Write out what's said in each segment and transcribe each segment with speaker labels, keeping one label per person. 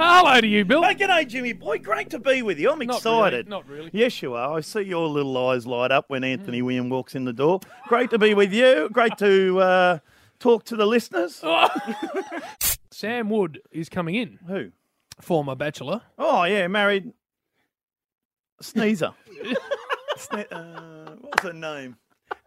Speaker 1: Hello to you, Bill.
Speaker 2: Hey, g'day, Jimmy boy. Great to be with you. I'm
Speaker 1: Not
Speaker 2: excited.
Speaker 1: Really, not Mm. really.
Speaker 2: Yes, you are. I see your little eyes light up when Anthony William walks in the door. Great to be with you. Great to uh, talk to the listeners.
Speaker 1: Oh. Sam Wood is coming in,
Speaker 2: Who?
Speaker 1: former bachelor.
Speaker 2: Oh, yeah, married sneezer. Sne- uh, what's her name?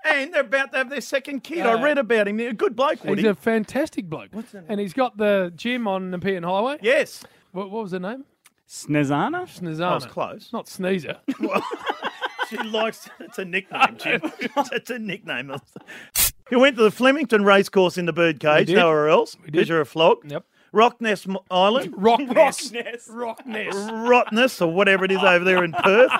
Speaker 2: And they're about to have their second kid. I
Speaker 1: Uh,
Speaker 2: read about him. A good bloke,
Speaker 1: He's
Speaker 2: Woody.
Speaker 1: a fantastic bloke.
Speaker 2: What's her name?
Speaker 1: and he's got the gym on Nepean Highway.
Speaker 2: yes.
Speaker 1: What, what was the name?
Speaker 3: Snezana?
Speaker 1: Snezana.
Speaker 2: I was close.
Speaker 1: Not Sneezer.
Speaker 2: She likes it's a nickname, Jim. it's a nickname. You went to the Flemington racecourse in the birdcage,
Speaker 1: We did.
Speaker 2: nowhere else.
Speaker 1: did.
Speaker 2: Did you a flog?
Speaker 1: Yep.
Speaker 2: Rockness M- Island,
Speaker 1: Rockness.
Speaker 3: Rockness.
Speaker 1: Rockness.
Speaker 2: Rottness, or whatever it is over there in Perth,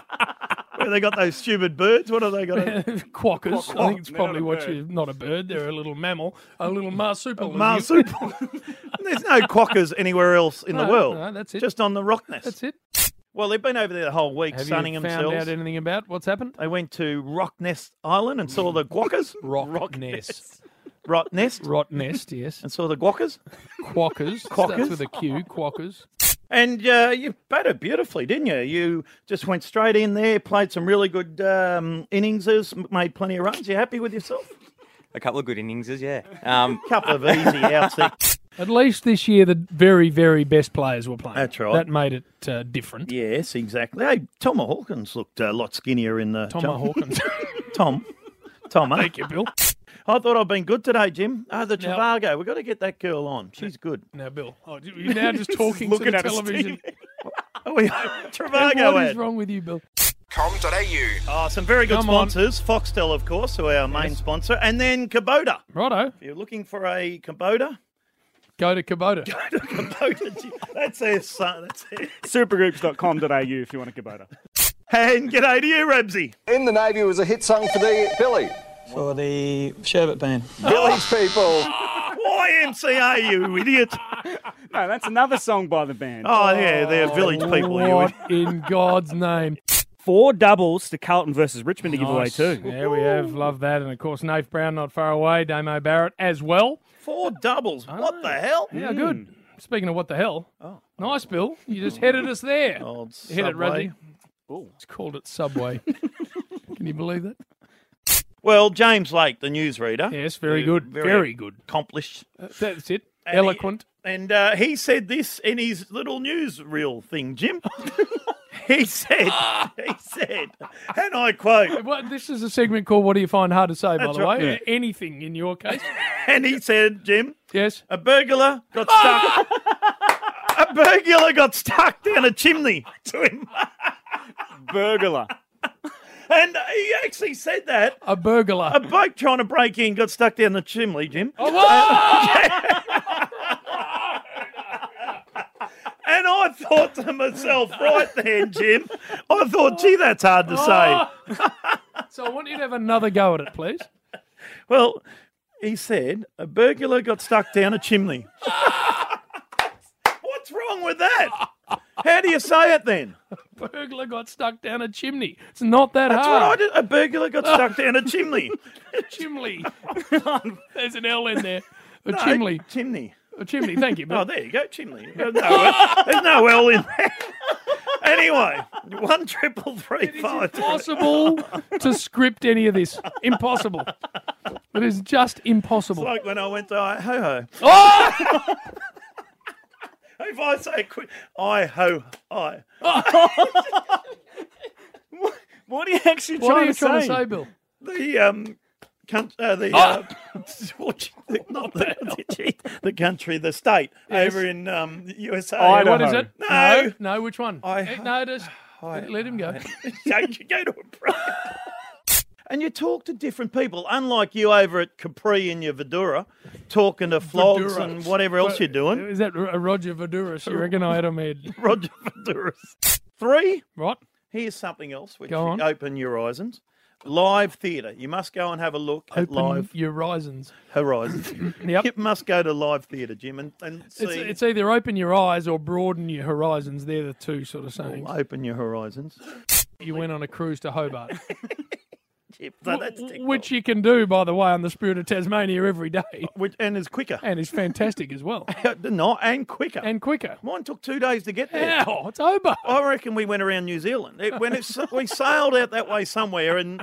Speaker 2: where they got those stupid birds. What have they got?
Speaker 1: Quackers. I think it's
Speaker 3: They're not
Speaker 1: probably
Speaker 3: a
Speaker 1: what
Speaker 3: bird.
Speaker 1: you not a bird. They're a little mammal, a little marsupial.
Speaker 2: Marsupial. There's no quackers anywhere else in
Speaker 1: No,
Speaker 2: the world.
Speaker 1: no, that's it.
Speaker 2: Just on the Rockness.
Speaker 1: That's it.
Speaker 2: Well, they've been over there the whole week,
Speaker 1: Have
Speaker 2: sunning
Speaker 1: you found
Speaker 2: themselves.
Speaker 1: out anything about what's happened?
Speaker 2: they went to Rockness Island and saw the quackers.
Speaker 1: Rockness.
Speaker 2: Rottnest.
Speaker 1: Rottnest, yes.
Speaker 2: And saw the quackers.
Speaker 1: Quackers. Quackers. with a Q. Quackers.
Speaker 2: And uh, you batted beautifully, didn't you? You just went straight in there, played some really good um, innings, made plenty of runs. You happy with yourself?
Speaker 4: A couple of good innings, yeah. Um,
Speaker 2: Couple of easy outs. there.
Speaker 1: At least this year, the very, very best players were playing.
Speaker 2: That's right.
Speaker 1: That made it uh, different.
Speaker 2: Yes, exactly. Hey, Tom Hawkins looked a lot skinnier in the
Speaker 1: Tom
Speaker 2: jump.
Speaker 1: Hawkins.
Speaker 2: Tom. Tom, huh?
Speaker 1: Thank you, Bill.
Speaker 2: I thought I'd been good today, Jim. Oh, the
Speaker 1: Now-
Speaker 2: Travago. We've got to get that girl on. She's good.
Speaker 1: Now, Bill, oh, you're now just talking to
Speaker 3: looking
Speaker 1: the
Speaker 3: at us,
Speaker 1: television.
Speaker 2: Oh, we Travago
Speaker 1: what is
Speaker 2: ad.
Speaker 1: wrong with you, Bill?
Speaker 5: com.au.
Speaker 2: Oh, some very good
Speaker 1: Come on.
Speaker 2: sponsors. Foxtel, of course, who are our main sponsor. And then Kubota.
Speaker 1: Righto,
Speaker 2: If you're looking for a Kubota,
Speaker 1: go to Kubota.
Speaker 2: Kubota. That's their son. That's their
Speaker 3: Supergroups.com.au if you want a Kubota.
Speaker 2: And g'day to you, Ramsey.
Speaker 5: In the Navy was a hit song for the Billy.
Speaker 6: for the sherbet band.
Speaker 5: Billy's people.
Speaker 2: YMCA, you idiot.
Speaker 3: No, that's another song by the band.
Speaker 2: Oh, yeah, they're village people, you
Speaker 1: What
Speaker 2: idiot.
Speaker 1: in God's name?
Speaker 3: Four doubles to Carlton versus Richmond to give away
Speaker 1: Nice.
Speaker 3: too.
Speaker 1: There we have. Love that. And of course, Nath Brown not far away. Damo Barrett as well.
Speaker 2: Four doubles. What the hell?
Speaker 1: Yeah, good. Speaking of what the hell. Nice, Bill. You just headed us there.
Speaker 2: Old
Speaker 1: Hit it,
Speaker 2: Oh, Subway.
Speaker 1: Randy. It's called it Subway. Can you believe that?
Speaker 2: Well, James Lake, the newsreader.
Speaker 1: Yes, very
Speaker 2: Uh,
Speaker 1: good.
Speaker 2: very-
Speaker 1: Very, good.
Speaker 2: Accomplished.
Speaker 1: That's it.
Speaker 2: And he-
Speaker 1: Eloquent.
Speaker 2: And uh, he said this in his little newsreel thing, Jim. he said, he said, and I quote,
Speaker 1: Well, this is a segment called "What Do You Find Hard to Say?" By
Speaker 2: That's
Speaker 1: the
Speaker 2: right.
Speaker 1: way, anything in your case?
Speaker 2: and he said, Jim,
Speaker 1: yes.
Speaker 2: a burglar got stuck. a burglar got stuck down a chimney to him.
Speaker 3: Burglar.
Speaker 2: And he actually said that.
Speaker 1: A burglar.
Speaker 2: A bloke trying to break in got stuck down the chimney, Jim.
Speaker 1: Oh, whoa!
Speaker 2: And I thought to myself, right then, Jim, I thought, gee, that's hard to say.
Speaker 1: so I want you to have another go at it, please.
Speaker 2: Well, he said, a burglar got stuck down a chimney. What's wrong with that? How do you say it then?
Speaker 1: Burglar got stuck down a chimney. It's not that
Speaker 2: That's what I
Speaker 1: hard.
Speaker 2: did. A burglar got stuck down a chimney.
Speaker 1: Chimney. There's an L in there. A
Speaker 2: No,
Speaker 1: chimney.
Speaker 2: Chimney.
Speaker 1: A chimney. Thank you, Bill.
Speaker 2: Oh, there you go, chimney. There's no, there's no L in there. Anyway, one triple three five.
Speaker 1: Impossible to script any of this. Impossible. It is just impossible.
Speaker 2: like when I went to I ho ho. if I say quick, I ho I.
Speaker 3: What are you actually
Speaker 1: what are you trying
Speaker 3: say?
Speaker 1: to
Speaker 3: Oh,
Speaker 1: say, Bill?
Speaker 2: The um, country, uh, the, uh, the not the, the, the country, the state over in um USA.
Speaker 3: I
Speaker 1: What
Speaker 3: Idaho.
Speaker 1: is it?
Speaker 2: No.
Speaker 1: no, no, which one?
Speaker 2: I-
Speaker 1: Eh, no, just let- let him go.
Speaker 2: Don't you go to a break. And you talk to different people, unlike you over at Capri in your Vidura, talking to flogs
Speaker 1: Vidura.
Speaker 2: and whatever else you're doing.
Speaker 1: Is that R- Roger Vaduris? You reckon I had him head?
Speaker 2: Roger Viduras. Three,
Speaker 1: Right?
Speaker 2: Here's something else which
Speaker 1: Go on.
Speaker 2: should open your horizons. Live theatre. You must go and have a look
Speaker 1: Open
Speaker 2: at live
Speaker 1: your horizons.
Speaker 2: horizons.
Speaker 1: Yep.
Speaker 2: you must go to live theatre, Jim, and, and see.
Speaker 1: It's, it's either open your eyes or broaden your horizons. They're the two sort of sayings.
Speaker 2: open your horizons.
Speaker 1: You went on a cruise to Hobart.
Speaker 2: championship. So that's
Speaker 1: Wh-
Speaker 2: ticked
Speaker 1: Which you can do, by the way, on the Spirit of Tasmania every day.
Speaker 2: off. Which- and is quicker.
Speaker 1: And is fantastic as well.
Speaker 2: Not and quicker.
Speaker 1: And quicker.
Speaker 2: Mine took two days to get there.
Speaker 1: Ow, it's over.
Speaker 2: I reckon we went around New Zealand. It, when it, we sailed out that way somewhere, and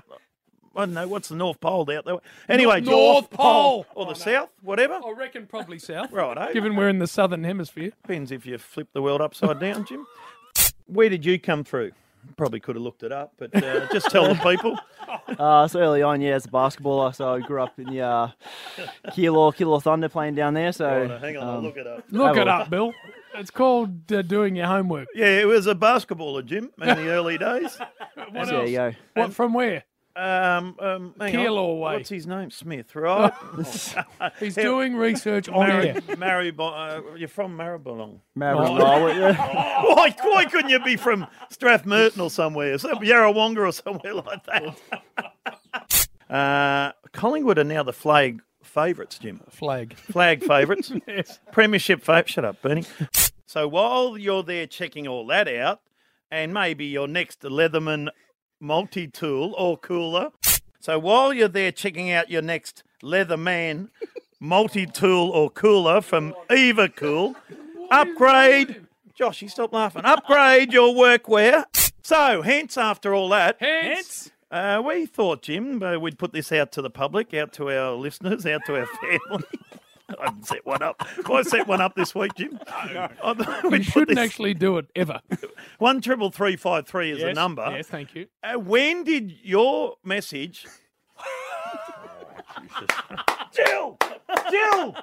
Speaker 2: I don't know what's the North Pole out there. Anyway,
Speaker 1: Nor- North Pole. Oh,
Speaker 2: or the South, whatever.
Speaker 1: I reckon probably south.
Speaker 2: Right,
Speaker 1: Given we're in the southern hemisphere.
Speaker 2: depends if you flip the world upside down, Jim. Where did you come through? Probably could have looked it up, but uh, just tell the people.
Speaker 7: Uh, so early on, yeah, as a basketballer, so I grew up in the uh, Keilor, Keilor Thunder playing down there. So
Speaker 2: Right, hang on, I'll look it up.
Speaker 1: Look
Speaker 7: Have
Speaker 1: it
Speaker 7: a
Speaker 1: up, Bill. It's called uh, doing your homework.
Speaker 2: Yeah, it was a basketballer, Jim, in the early days.
Speaker 1: What
Speaker 7: so there
Speaker 1: else?
Speaker 7: you go.
Speaker 1: What, from where?
Speaker 2: Um, um, hang on.
Speaker 1: Keilor Way.
Speaker 2: What's his name? Smith, right?
Speaker 1: He's doing research on air.
Speaker 2: Mary, Mary, uh, you're from Maribyrnong.
Speaker 7: Maribyrnong,
Speaker 8: Oh,
Speaker 7: I went- yeah.
Speaker 2: Why, why couldn't you be from Strathmerton or somewhere, some Yarrawonga or somewhere like that? uh, Collingwood are now the flag favourites, Jim.
Speaker 1: Flag.
Speaker 2: Flag favourites.
Speaker 1: Yes.
Speaker 2: Premiership favourite. Shut up, Bernie. So while you're there checking all that out, and maybe your next Leatherman multi tool or cooler. So while you're there checking out your next Leatherman multi tool or cooler from Eva Cool, upgrade. Josh, you stop laughing. Upgrade your workwear. So, hence, after all that,
Speaker 1: Hence.
Speaker 2: uh, we thought, Jim, uh, we'd put this out to the public, out to our listeners, out to our family. I haven't set one up. Have I set one up this week, Jim? I thought
Speaker 1: You
Speaker 2: we'd put
Speaker 1: shouldn't
Speaker 2: this-
Speaker 1: actually do it ever.
Speaker 2: One triple three five three is the
Speaker 1: Yes,
Speaker 2: number.
Speaker 1: Yes, thank you.
Speaker 2: Uh, when did your message? Jill, Jill.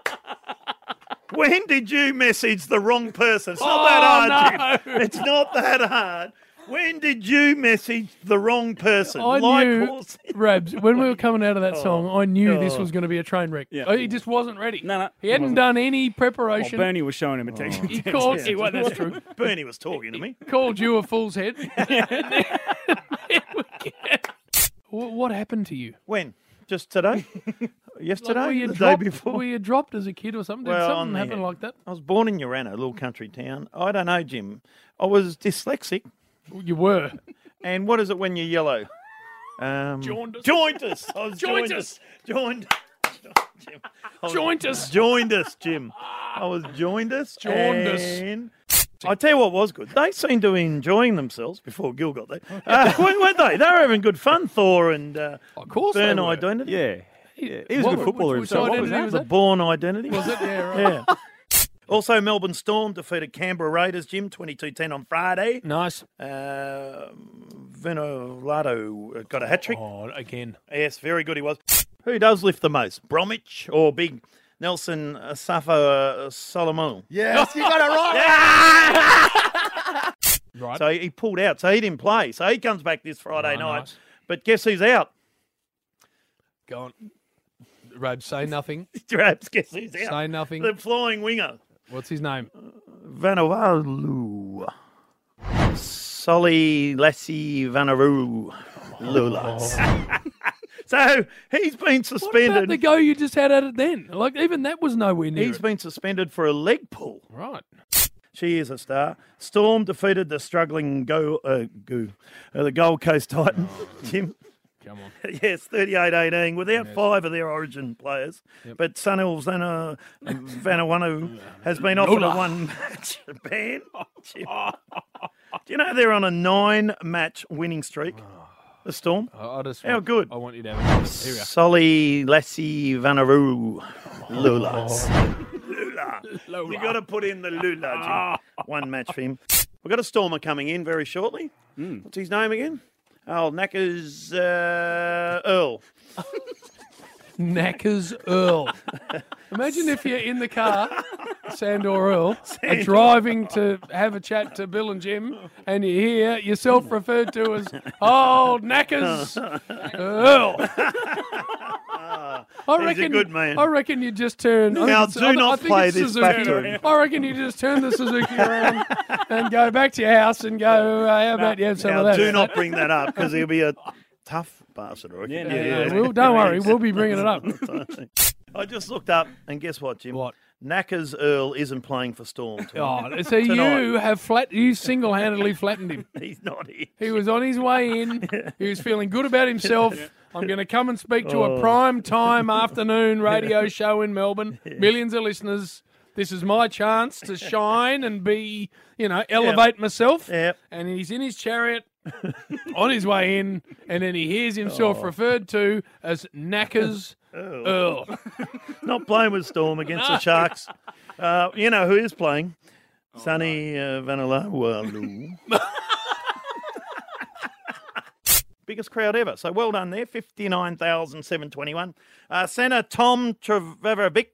Speaker 2: When did you message the wrong person? It's not
Speaker 1: Oh,
Speaker 2: that hard. Jim. It's not that hard. When did you message the wrong person?
Speaker 1: I
Speaker 2: Like
Speaker 1: knew,
Speaker 2: horse-
Speaker 1: Rabs, when we were coming out of that song, I knew this
Speaker 2: God.
Speaker 1: was going to be a train wreck.
Speaker 3: Yeah.
Speaker 1: Oh, He just wasn't ready.
Speaker 3: No, no,
Speaker 1: He
Speaker 3: he
Speaker 1: hadn't
Speaker 3: wasn't.
Speaker 1: done any
Speaker 3: Well,
Speaker 1: preparation.
Speaker 3: Bernie was showing him a text.
Speaker 1: he called. he- well, that's true.
Speaker 2: Bernie was talking to me.
Speaker 1: Called you a fool's head. Wh- what happened to you?
Speaker 2: When? Just today?
Speaker 1: Like,
Speaker 2: Yesterday?
Speaker 1: were you
Speaker 2: the
Speaker 1: dropped,
Speaker 2: day before?
Speaker 1: Were you dropped as a kid or something? Did
Speaker 2: Well, on
Speaker 1: something
Speaker 2: the
Speaker 1: happen
Speaker 2: head.
Speaker 1: like that?
Speaker 2: I was born in Urana, a little country town. I don't know, Jim. I was dyslexic.
Speaker 1: You were.
Speaker 2: And what is it when you're yellow? Um,
Speaker 1: Jaundice.
Speaker 2: Jointus. I was
Speaker 1: Jointus.
Speaker 2: jointus. Joined. Jim. I was
Speaker 1: Jointus.
Speaker 2: Jointus, Jim. I was jointus.
Speaker 1: Jaundice.
Speaker 2: and- I tell you what was good. They seemed to be enjoying themselves before Gil got there. Uh, weren't they? They were having good fun. Thor and uh,
Speaker 1: Of course.
Speaker 2: Burn
Speaker 1: they were.
Speaker 2: Identity.
Speaker 7: Yeah. He was
Speaker 1: What-
Speaker 7: a good footballer
Speaker 1: which- which
Speaker 7: himself. What was
Speaker 1: identity was
Speaker 7: that?
Speaker 2: The
Speaker 1: that?
Speaker 2: Born Identity.
Speaker 1: Was it? Yeah, right.
Speaker 2: Yeah. Also, Melbourne Storm defeated Canberra Raiders, Jim, 22-10 on Friday.
Speaker 1: Nice.
Speaker 2: Uh, Venolato got a hat-trick.
Speaker 1: Oh, again.
Speaker 2: Yes, very good he was. Who does lift the most, Bromwich or big Nelson uh, Safa uh, Solomon?
Speaker 9: Yes, you got it right.
Speaker 1: Right.
Speaker 2: So he pulled out, so he didn't play. So he comes back this Friday
Speaker 1: Oh,
Speaker 2: night.
Speaker 1: nice.
Speaker 2: But guess who's out?
Speaker 1: Go on. Rab, say nothing.
Speaker 2: Perhaps guess who's out?
Speaker 1: Say nothing.
Speaker 2: The flying winger.
Speaker 1: What's his name?
Speaker 2: Vanavalu. Solly Lassie Vanaru Lula. so he's been
Speaker 1: Oh. What about
Speaker 2: suspended.
Speaker 1: the go you just had at it then? Like, even that was nowhere near.
Speaker 2: he's
Speaker 1: it.
Speaker 2: been suspended for a leg pull.
Speaker 1: Right.
Speaker 2: She is a star. Storm defeated the struggling go uh, goo, uh, the Gold Coast Titan.
Speaker 1: Oh.
Speaker 2: Jim.
Speaker 1: Come on.
Speaker 2: Yes, 38-18 without five of their origin players. But Sun Ilves and uh, Vanawanu has been offered a one-match ban. Jim. Do you know they're on a nine-match winning streak? The Storm.
Speaker 1: I, I just.
Speaker 2: How
Speaker 1: want-
Speaker 2: good?
Speaker 1: I want you to have it. Here we go.
Speaker 2: Solly Lassie Vanaru Lula. Lula. you got to put in the Lula. Jim. One match for him. We've got a Stormer coming in very shortly. What's his name again? Oh, Knackers uh, Earl.
Speaker 1: Knackers Earl. Imagine if you're in the car, Sandor Earl, are driving to have a chat to Bill and Jim, and you hear yourself referred to as old Knackers Earl. I
Speaker 2: a
Speaker 1: reckon,
Speaker 2: good man.
Speaker 1: I reckon you just turn. I think
Speaker 2: Now,
Speaker 1: it's-
Speaker 2: do
Speaker 1: I th- I
Speaker 2: not
Speaker 1: think
Speaker 2: play
Speaker 1: it's
Speaker 2: this back to
Speaker 1: Suzuki.
Speaker 2: him.
Speaker 1: I reckon you just turn the Suzuki around and go back to your house and go. Uh, how about you have some
Speaker 2: Now,
Speaker 1: of that?
Speaker 2: do not bring that up because he'll be a tough bastard. I reckon.
Speaker 3: Yeah, no,
Speaker 1: Uh, we'll, don't worry, we'll be bringing it up.
Speaker 2: I just looked up, and guess what, Jim?
Speaker 1: What?
Speaker 2: Knackers Earl isn't playing for Storm. tonight.
Speaker 1: Oh, so you
Speaker 2: Tonight.
Speaker 1: have flat. You single-handedly flattened him.
Speaker 2: He's not here.
Speaker 1: He was on his way in. He was feeling good about himself. I'm going to come and speak to
Speaker 2: Oh.
Speaker 1: a prime time afternoon radio show in Melbourne. Millions of listeners. This is my chance to shine and be, you know, elevate myself.
Speaker 2: Yep.
Speaker 1: And he's in his chariot on his way in, and then he hears
Speaker 2: Oh.
Speaker 1: himself referred to as Knackers Earl.
Speaker 2: Not playing with Storm against the Sharks. Uh, you know who is playing?
Speaker 1: Oh,
Speaker 2: Sonny uh, Vanilla. Walu. Biggest crowd ever. So well done there. 59,721. Uh, Senator Tom Treverovic.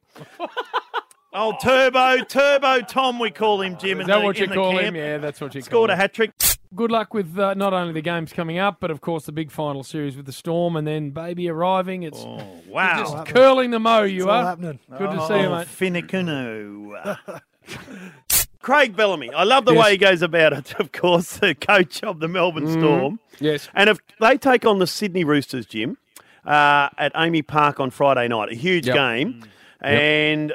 Speaker 2: Oh, Turbo, Turbo Tom, we call him, Jim.
Speaker 1: Is
Speaker 2: in
Speaker 1: that
Speaker 2: the-
Speaker 1: what you
Speaker 2: in the
Speaker 1: call him?
Speaker 2: camp.
Speaker 1: Yeah, that's what you call
Speaker 2: Scored a
Speaker 1: him.
Speaker 2: hat trick.
Speaker 1: Good luck with uh, not only the games coming up, but of course the big final series with the Storm and then Baby arriving. It's
Speaker 2: Oh, wow.
Speaker 1: just curling the mo, you
Speaker 9: all
Speaker 1: are.
Speaker 9: happening.
Speaker 1: Good to see you,
Speaker 2: Oh,
Speaker 1: mate.
Speaker 2: Finucane. Craig Bellamy. I love the way he goes about it, of course, the coach of the Melbourne
Speaker 1: Mm.
Speaker 2: Storm.
Speaker 1: Yes.
Speaker 2: And if they take on the Sydney Roosters, Jim, uh, at Amy Park on Friday night, a huge
Speaker 1: Yep.
Speaker 2: game. And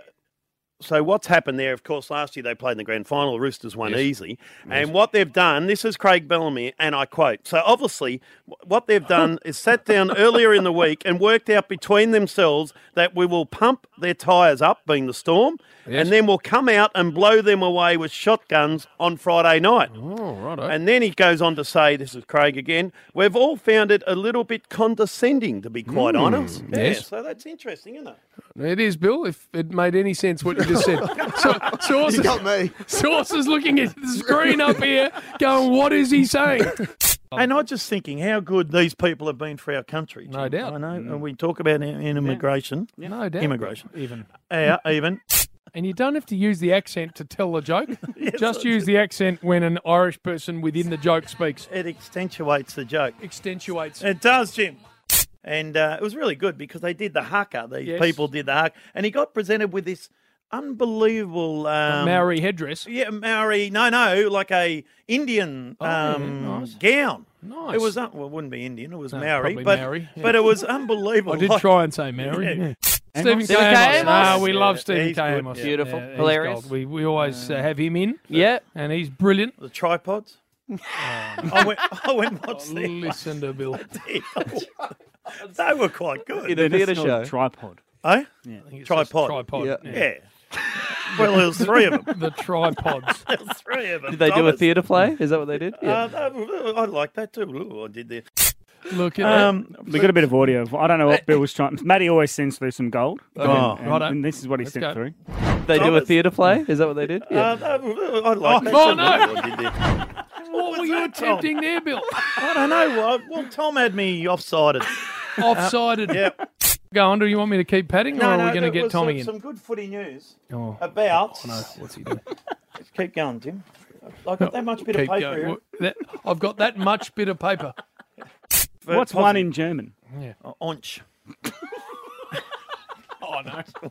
Speaker 2: so what's happened there, of course, last year they played in the grand final, the Roosters won easily. And what they've done, this is Craig Bellamy, and I quote. So obviously, wh- what they've done is sat down earlier in the week and worked out between themselves that we will pump their tyres up, being the storm, and then we'll come out and blow them away with shotguns on Friday night.
Speaker 1: Oh, righto.
Speaker 2: And then he goes on to say, this is Craig again, we've all found it a little bit condescending, to be quite honest.
Speaker 1: Mm.
Speaker 2: Yeah,
Speaker 1: yes.
Speaker 2: so that's interesting, isn't it?
Speaker 1: It is, Bill, if it made any sense what you just said. so, sources,
Speaker 9: You
Speaker 10: Oh,
Speaker 9: got me.
Speaker 1: sources looking at the screen up here going, what is he saying?
Speaker 2: And I'm just thinking how good these people have been for our country.
Speaker 1: No
Speaker 2: Jim.
Speaker 1: doubt. Mm.
Speaker 2: I know. And we talk about in- in immigration.
Speaker 1: No doubt.
Speaker 2: Immigration. Even. Yeah, even.
Speaker 1: And you don't have to use the accent to tell the joke. Just use the accent when an Irish person within the joke speaks.
Speaker 2: It accentuates the joke.
Speaker 1: Extentuates.
Speaker 2: It does, Jim. And uh, it was really good because they did the haka. These
Speaker 1: Yes.
Speaker 2: people did the haka. And he got presented with this unbelievable. Um,
Speaker 1: Maori headdress.
Speaker 2: Yeah, Maori. No, no, like a Indian
Speaker 1: Oh, yeah,
Speaker 2: um,
Speaker 1: nice.
Speaker 2: gown.
Speaker 1: Nice.
Speaker 2: It was un- well, it wouldn't be Indian. It was
Speaker 1: No,
Speaker 2: Maori,
Speaker 1: probably
Speaker 2: but
Speaker 1: Maori, yeah.
Speaker 2: but it was unbelievable.
Speaker 1: I did
Speaker 2: Like-
Speaker 1: try and say Mary.
Speaker 2: Yeah.
Speaker 1: Stephen K.
Speaker 4: Stephen K.
Speaker 1: Amos.
Speaker 4: Amos?
Speaker 1: Ah, we
Speaker 2: Yeah,
Speaker 1: love Stephen
Speaker 2: he's
Speaker 1: K.
Speaker 2: good,
Speaker 1: Amos.
Speaker 2: yeah.
Speaker 4: Beautiful.
Speaker 1: he's
Speaker 4: Hilarious.
Speaker 1: gold. We, we always uh, have him in,
Speaker 4: Yeah.
Speaker 1: and he's brilliant.
Speaker 2: the tripods. I went. I went and watched them.
Speaker 1: Listen to Bill.
Speaker 2: they were quite good.
Speaker 7: The theatre
Speaker 3: Still a
Speaker 7: show.
Speaker 3: Tripod.
Speaker 2: Eh? tripod.
Speaker 1: Tripod.
Speaker 7: Yeah.
Speaker 1: yeah.
Speaker 2: Yeah. Well, there was three of them.
Speaker 1: The tripods.
Speaker 2: There was three of them.
Speaker 7: Did they do a
Speaker 2: Thomas.
Speaker 7: theatre play? Is that what they did? Yeah.
Speaker 2: Uh, that- I like that too. Ooh, I did there.
Speaker 1: Look at that.
Speaker 2: Um,
Speaker 3: We got a bit of audio. I don't know what Bill was trying. Matty always sends through some gold.
Speaker 2: Oh.
Speaker 3: and,
Speaker 1: Righto.
Speaker 3: and this is what he
Speaker 1: Let's
Speaker 3: sent
Speaker 1: go.
Speaker 3: through.
Speaker 7: they do a
Speaker 2: Thomas.
Speaker 7: theatre play? Is that what they did? Yeah.
Speaker 2: uh, that- I like that
Speaker 1: oh,
Speaker 2: too.
Speaker 1: no.
Speaker 2: Ooh, I did there.
Speaker 1: What were you attempting there, Bill?
Speaker 2: I don't know. Well, well, Tom had me offsided.
Speaker 1: Offsided.
Speaker 2: Yeah.
Speaker 1: Go on. Do you want me to keep padding, or are we
Speaker 2: there
Speaker 1: going to get
Speaker 2: was some-
Speaker 1: Tommy in?
Speaker 2: Some good footy news
Speaker 1: Oh.
Speaker 2: about.
Speaker 1: What's he doing?
Speaker 2: Keep going, Tim. I've got that much bit
Speaker 1: Keep
Speaker 2: of paper.
Speaker 1: going.
Speaker 2: here.
Speaker 1: Well, that- I've got that much bit of paper.
Speaker 3: What's one in German?
Speaker 2: Uh, Onch.
Speaker 1: Oh no!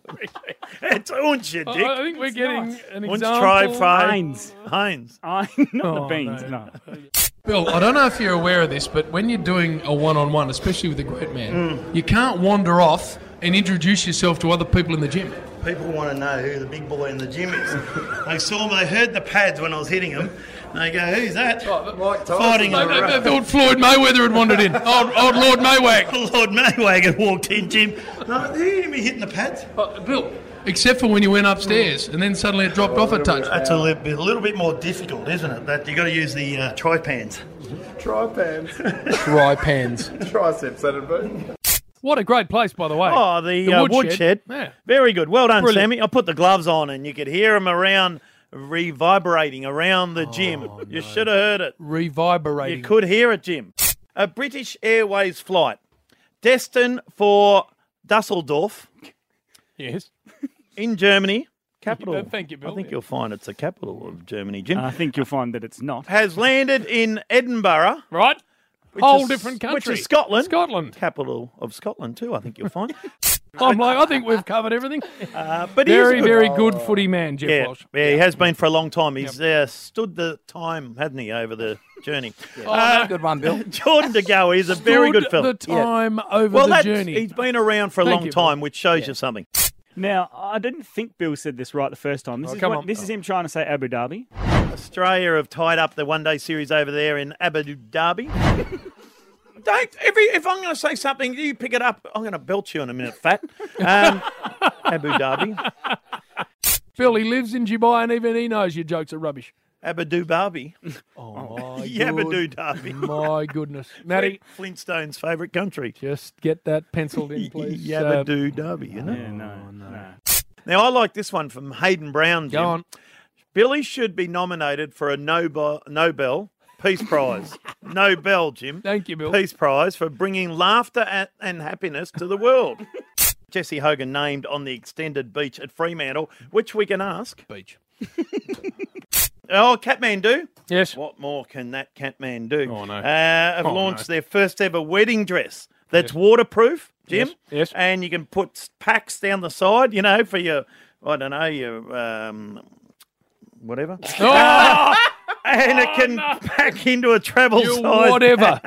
Speaker 2: It's Onch, you
Speaker 1: I, I
Speaker 2: dick.
Speaker 1: think we're getting an
Speaker 2: Onch,
Speaker 1: example.
Speaker 2: try, fry.
Speaker 3: Heinz.
Speaker 2: Heinz.
Speaker 3: I not
Speaker 1: Oh,
Speaker 3: the beans.
Speaker 1: no.
Speaker 3: No.
Speaker 1: Bill, I don't know if you're aware of this, but when you're doing a one-on-one, especially with a great man,
Speaker 2: Hmm.
Speaker 1: you can't wander off and introduce yourself to other people in the gym.
Speaker 10: People want to know who the big boy in the gym is. they saw me, they heard the pads when I was hitting them, and they go, Who's that?
Speaker 1: Oh.
Speaker 10: Fighting
Speaker 1: They,
Speaker 10: a
Speaker 1: they- they
Speaker 10: ro-
Speaker 1: thought uh, Floyd Mayweather had wandered in. Old, old Lord Maywag.
Speaker 10: Lord Maywagon walked in, Jim. No, they hear me hitting the pads.
Speaker 1: Uh, Bill, except for when you went upstairs and then suddenly it dropped off a touch.
Speaker 10: That's a little bit, a little bit more difficult, isn't it? That you got to use the uh, tripans.
Speaker 1: Dry pans.
Speaker 11: Triceps, that'd be.
Speaker 1: What a great place, by the way.
Speaker 2: Oh, the, uh, woodshed.
Speaker 1: Yeah.
Speaker 2: Very good. Well done,
Speaker 1: Brilliant.
Speaker 2: Sammy. I put the gloves on and you could hear them around, reverberating around
Speaker 1: Oh,
Speaker 2: the gym. You should have heard it. You
Speaker 1: Reverberating.
Speaker 2: could hear it, Jim. A British Airways flight destined for Dusseldorf
Speaker 1: Yes.
Speaker 2: in Germany. Capital.
Speaker 1: Thank you, Bill. Uh.
Speaker 2: I think you'll find it's the capital of Germany, Jim.
Speaker 3: I think you'll find that it's not.
Speaker 2: has landed in Edinburgh,
Speaker 1: right. Whole
Speaker 2: is-
Speaker 1: different country.
Speaker 2: which is Scotland.
Speaker 1: Scotland.
Speaker 2: Capital of Scotland too, I think you'll find.
Speaker 1: I'm like, I think we've covered everything.
Speaker 2: Uh, but he is
Speaker 1: Very,
Speaker 2: a good-
Speaker 1: very good footy man, Jeff
Speaker 2: Yeah,
Speaker 1: Walsh.
Speaker 2: yeah, he has been for a long time. He's uh, stood the time, hasn't he, over the journey. Uh,
Speaker 11: Good one, Bill.
Speaker 2: Jordan De Goey is a very
Speaker 1: Stood
Speaker 2: good fella.
Speaker 1: Oh, The time over
Speaker 2: well,
Speaker 1: the
Speaker 2: that's,
Speaker 1: journey.
Speaker 2: he's been around for a
Speaker 1: Thank
Speaker 2: long
Speaker 1: you, Bill.
Speaker 2: time, which shows you something.
Speaker 3: Now, I didn't think Bill said this right the first time. This, is,
Speaker 1: come
Speaker 3: what-
Speaker 1: on.
Speaker 3: this is him trying to say Abu Dhabi.
Speaker 2: Australia have tied up the one-day series over there in Abu Dhabi. don't. Every if I'm going to say something, you pick it up. I'm going to belt you in a minute, fat. Um, Abu Dhabi,
Speaker 1: Phil, he lives in Dubai and even he knows your jokes are rubbish.
Speaker 2: Abu Dhabi,
Speaker 1: Oh, my
Speaker 2: Yabba
Speaker 1: good-
Speaker 2: Dhabi,
Speaker 1: My goodness. Matty,
Speaker 2: Flintstone's favourite country.
Speaker 1: just get that penciled in, please. Uh,
Speaker 2: Yabba Doo Derby, you know.
Speaker 3: Yeah, no, no.
Speaker 2: Now I like this one from Hayden Brown. Jim.
Speaker 1: Go on.
Speaker 2: Billy should be nominated for a Nobel, Nobel Peace Prize. Nobel, Jim.
Speaker 1: Thank you, Bill.
Speaker 2: Peace Prize for bringing laughter and, and happiness to the world. Jesse Hogan named on the extended beach at Fremantle, which we can ask.
Speaker 1: Beach.
Speaker 2: Oh, Kathmandu.
Speaker 1: Yes.
Speaker 2: What more can that Catman do?
Speaker 1: Oh, no.
Speaker 2: Uh, have launched their first ever wedding dress that's waterproof, Jim.
Speaker 1: Yes, yes.
Speaker 2: And you can put s- packs down the side, you know, for your, I don't know, your um, whatever.
Speaker 1: Oh,
Speaker 2: and it can pack into a travel
Speaker 1: you
Speaker 2: size.
Speaker 1: whatever.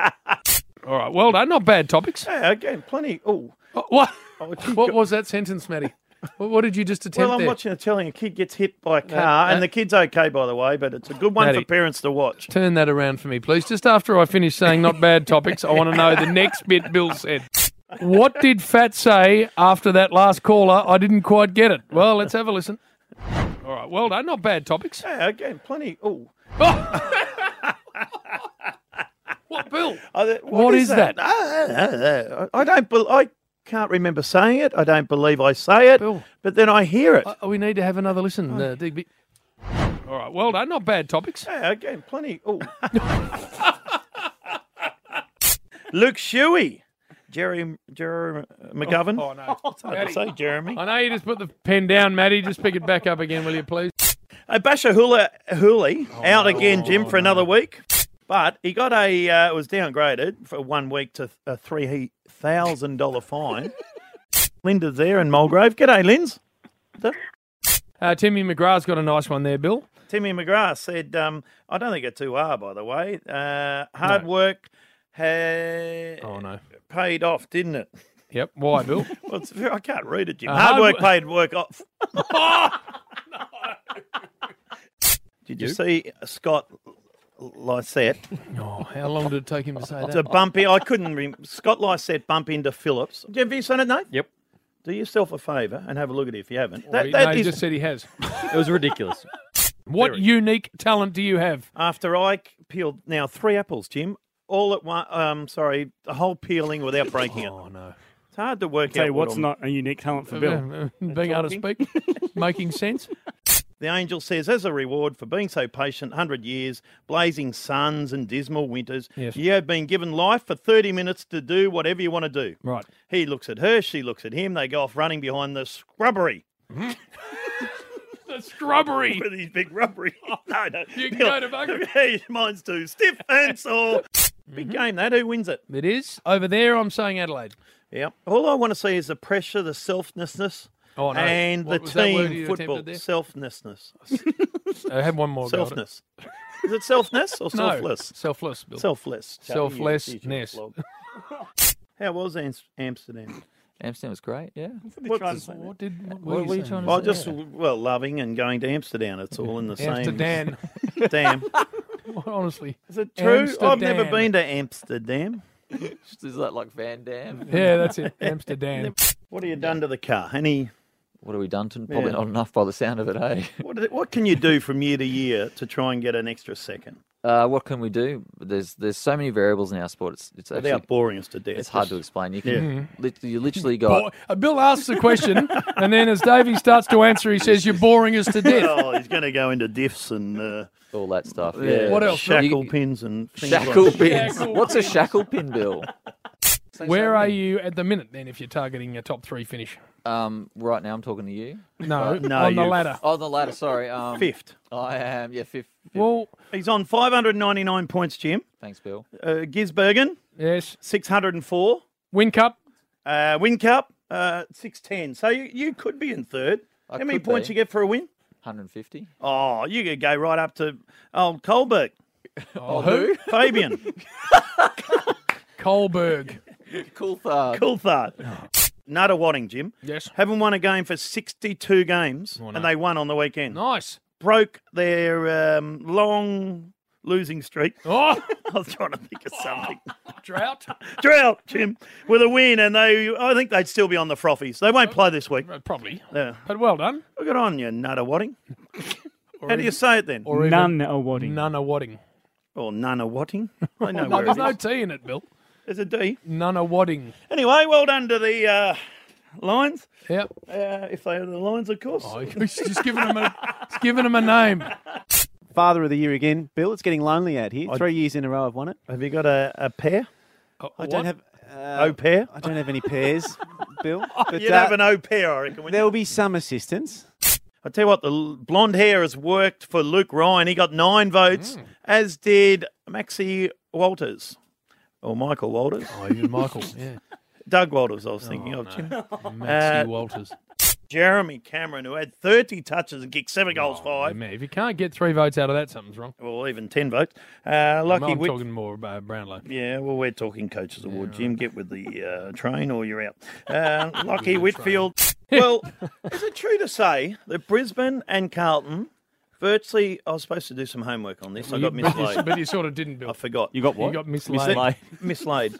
Speaker 1: All right. Well done. Not bad topics.
Speaker 2: Yeah, again, plenty. Oh,
Speaker 1: Oh, What,
Speaker 2: oh, a kid
Speaker 1: what
Speaker 2: got-
Speaker 1: was that sentence, Matty? What, what did you just attempt
Speaker 2: well, I'm
Speaker 1: there?
Speaker 2: watching a telly and a kid gets hit by a car,
Speaker 1: no.
Speaker 2: and the kid's okay, by the way, but it's a good one
Speaker 1: Matty.
Speaker 2: for parents to watch.
Speaker 1: Turn that around for me, please. Just after I finish saying not bad topics, I want to know the next bit Bill said. What did Fat say after that last caller? I didn't quite get it. Well, let's have a listen. All right. Well done. Not bad topics.
Speaker 2: Yeah, again, plenty. Oh,
Speaker 1: What, Bill?
Speaker 2: I th-
Speaker 1: What is that?
Speaker 2: Ah, ah, ah, ah. I don't. Bel I can't remember saying it. I don't believe I say it.
Speaker 1: Bill.
Speaker 2: But then I hear it.
Speaker 1: Uh, we need to have another listen, uh, Digby. All right. Well done. Not bad topics.
Speaker 2: Yeah, again, plenty. Oh, Luke Shuey, Jerry, Jerry McGovern. Oh, no, it's hard to say Jeremy.
Speaker 1: I know you just put the pen down, Matty. Just pick it back up again, will you, please?
Speaker 2: Uh, Basha Hula Hooley out again, Jim, for another week. But he got a uh, it was downgraded for one week to a three thousand dollar fine. Linda's there in Mulgrave. G'day, Linz.
Speaker 1: Uh, Timmy McGrath's got a nice one there, Bill.
Speaker 2: Timmy McGrath said, um, "I don't think it's too hard, by the way. Uh, hard work had
Speaker 1: Oh no.
Speaker 2: paid off, didn't it?
Speaker 1: Yep. Why, Bill?
Speaker 2: Well, it's, I can't read it, Jim.
Speaker 1: Uh,
Speaker 2: hard,
Speaker 1: hard
Speaker 2: work
Speaker 1: wo-
Speaker 2: paid work off. Did you, see Scott Lysette?
Speaker 1: oh, how long did it take him to say that?
Speaker 2: It's a bumpy. I couldn't. Rem- Scott Lysette bump into Phillips. Have you seen it, Nate?
Speaker 4: Yep.
Speaker 2: Do yourself a favour and have a look at it if you haven't.
Speaker 1: Oh,
Speaker 2: That,
Speaker 1: he-
Speaker 2: that
Speaker 1: no, he
Speaker 2: is-
Speaker 1: just said he has.
Speaker 4: It was ridiculous.
Speaker 1: What unique talent do you have?
Speaker 2: after I peeled now three apples, Jim, all at one. Um, sorry, the whole peeling without breaking it.
Speaker 1: Oh no.
Speaker 2: It's hard to work
Speaker 3: Tell
Speaker 2: out.
Speaker 3: you
Speaker 2: what
Speaker 3: what's
Speaker 2: I'm-
Speaker 3: not a unique talent for Bill.
Speaker 1: Being able to speak, making sense.
Speaker 2: The angel says, as a reward for being so patient, 100 years, blazing suns and dismal winters,
Speaker 1: Yes.
Speaker 2: you have been given life for 30 minutes to do whatever you want to do.
Speaker 1: Right.
Speaker 2: He looks at her, she looks at him, they go off running behind the scrubbery.
Speaker 1: The scrubbery.
Speaker 2: With his big rubbery. no, no.
Speaker 1: Oh, You can go to bugger.
Speaker 2: Hey, mine's too stiff and sore.
Speaker 1: Mm-hmm.
Speaker 2: Big game, that. Who wins it?
Speaker 1: It is over there. I'm saying Adelaide.
Speaker 2: Yeah. All I want to see is the pressure, the selflessness,
Speaker 1: Oh, no.
Speaker 2: and
Speaker 1: What was
Speaker 2: the
Speaker 1: that word
Speaker 2: team
Speaker 1: you attempted
Speaker 2: football.
Speaker 1: there?
Speaker 2: Selflessness.
Speaker 1: I have one more. go at it.
Speaker 2: Selfness. Is it selfness or
Speaker 1: No.
Speaker 2: selfless?
Speaker 1: Selfless. Bill.
Speaker 2: Selfless.
Speaker 1: Selflessness.
Speaker 2: Chappie, you idiot flog. How was Am- Amsterdam?
Speaker 4: Amsterdam was great. Yeah.
Speaker 2: What's
Speaker 3: Trying
Speaker 2: the-
Speaker 3: to say that.
Speaker 1: What did? What,
Speaker 4: What were you trying to
Speaker 2: well,
Speaker 4: say?
Speaker 2: just well, loving and going to Amsterdam. It's all in the same.
Speaker 1: Amsterdam.
Speaker 2: Damn.
Speaker 1: Honestly.
Speaker 2: Is it true? I've never
Speaker 1: Amsterdam.
Speaker 2: been to Amsterdam.
Speaker 4: Is that like Van Dam?
Speaker 1: Yeah, that's it. Amsterdam.
Speaker 2: What have you done to the car? Any?
Speaker 4: What have we done to? Probably
Speaker 2: Yeah.
Speaker 4: not enough by the sound of it, eh?
Speaker 2: What? did- What can you do from year to year to try and get an extra second
Speaker 4: Uh, what can we do? There's there's so many variables in our sport. It's it's actually
Speaker 2: without boring us to death?
Speaker 4: it's hard to
Speaker 2: Just-
Speaker 4: explain. You
Speaker 1: Mm-hmm.
Speaker 4: can lit- you literally got
Speaker 1: Bo- uh, Bill asks a question, and then as Davey starts to answer, he says, "You're boring us to death."
Speaker 2: Oh, he's going to go into diffs and uh,
Speaker 4: all that stuff. Yeah.
Speaker 1: What else?
Speaker 2: Shackle
Speaker 4: You-
Speaker 2: pins and things like-
Speaker 4: Shackle pins.
Speaker 1: Shackle
Speaker 4: What's a shackle pin, Bill?
Speaker 1: Where are you at the minute, then, if you're targeting a top three finish?
Speaker 4: Um, right now I'm talking to you.
Speaker 1: No,
Speaker 2: No,
Speaker 1: on the
Speaker 2: you-
Speaker 1: ladder.
Speaker 4: Oh, the ladder. Sorry. Um,
Speaker 2: Fifth.
Speaker 4: I am. Yeah, fifth. fifth.
Speaker 1: Well,
Speaker 2: He's on 599 points, Jim.
Speaker 4: Thanks, Bill.
Speaker 2: Uh, Gisbergen,
Speaker 1: yes.
Speaker 2: 604.
Speaker 1: Win Cup.
Speaker 2: Uh, win Cup, uh, 610. So you, you could be in third.
Speaker 4: I
Speaker 2: How many
Speaker 4: could
Speaker 2: points
Speaker 4: be.
Speaker 2: you get for a win?
Speaker 4: 150.
Speaker 2: Oh, you could go right up to old Colberg,
Speaker 1: Oh, who?
Speaker 2: Fabian,
Speaker 1: Kohlberg.
Speaker 4: Cool thought.
Speaker 2: Coulthard.
Speaker 4: Oh.
Speaker 2: Nutter Wadding, Jim.
Speaker 1: Yes.
Speaker 2: Haven't won a game for 62 games,
Speaker 1: Oh, no.
Speaker 2: and they won on the weekend.
Speaker 1: Nice.
Speaker 2: Broke their um, long losing streak.
Speaker 1: Oh,
Speaker 2: I was trying to think of something.
Speaker 1: drought.
Speaker 2: Drought, Jim, with a win, and they I think they'd still be on the frothies. They
Speaker 1: Oh,
Speaker 2: won't play this week.
Speaker 1: Uh, Probably.
Speaker 2: Yeah.
Speaker 1: But well done.
Speaker 2: Look it on, you nutter wadding. How do you say it then?
Speaker 1: Or
Speaker 2: Or,
Speaker 1: even
Speaker 3: None are wadding.
Speaker 1: None are wadding.
Speaker 2: none of wadding. I know
Speaker 1: No,
Speaker 2: where it is.
Speaker 1: there's no T in it, Bill.
Speaker 2: There's a D.
Speaker 1: None are wadding.
Speaker 2: Anyway, well done to the uh, Lions,
Speaker 1: Yep.
Speaker 2: uh, if they are the Lions, of course.
Speaker 1: Oh, he's just giving him a, he's giving him a name.
Speaker 7: Father of the year again, Bill. It's getting lonely out here. Three years in a row, I've won it.
Speaker 2: Have you got a, Uh, a pair?
Speaker 1: Oh,
Speaker 7: I don't
Speaker 1: what?
Speaker 7: have.
Speaker 2: O
Speaker 7: Uh,
Speaker 2: pair?
Speaker 7: I don't have any pairs, Bill.
Speaker 6: Oh,
Speaker 7: But
Speaker 2: You'd
Speaker 7: uh,
Speaker 2: have an O pair, I reckon. wouldn't you?
Speaker 7: there'll be some assistance.
Speaker 2: I tell you what, the l- blonde hair has worked for Luke Ryan. He got nine votes,
Speaker 1: Mm.
Speaker 2: as did Maxie Walters or Michael Walters,
Speaker 1: Oh, even Michael. Yeah.
Speaker 2: Doug Walters. I was thinking
Speaker 1: Oh,
Speaker 2: of Jim.
Speaker 1: Maxie Walters.
Speaker 2: Jeremy Cameron, who had thirty touches and kicked seven goals,
Speaker 1: I
Speaker 2: five,
Speaker 1: mean, if you can't get three votes out of that, something's wrong.
Speaker 2: well, even ten votes. Uh, Lucky
Speaker 1: I'm
Speaker 2: Whit-
Speaker 1: talking more about Brownlow.
Speaker 2: Yeah, well, we're talking coaches award, Jim. Get with the uh, train or you're out. Uh, Lockie Whitfield. well, is it true to say that Brisbane and Carlton virtually? I was supposed to do some homework on this. I got
Speaker 1: You- but, you,
Speaker 2: mislaid.
Speaker 1: but you sort of didn't, Bill.
Speaker 2: I forgot.
Speaker 4: You got what?
Speaker 1: You got
Speaker 4: Mislaid.
Speaker 1: mislaid.
Speaker 2: mislaid.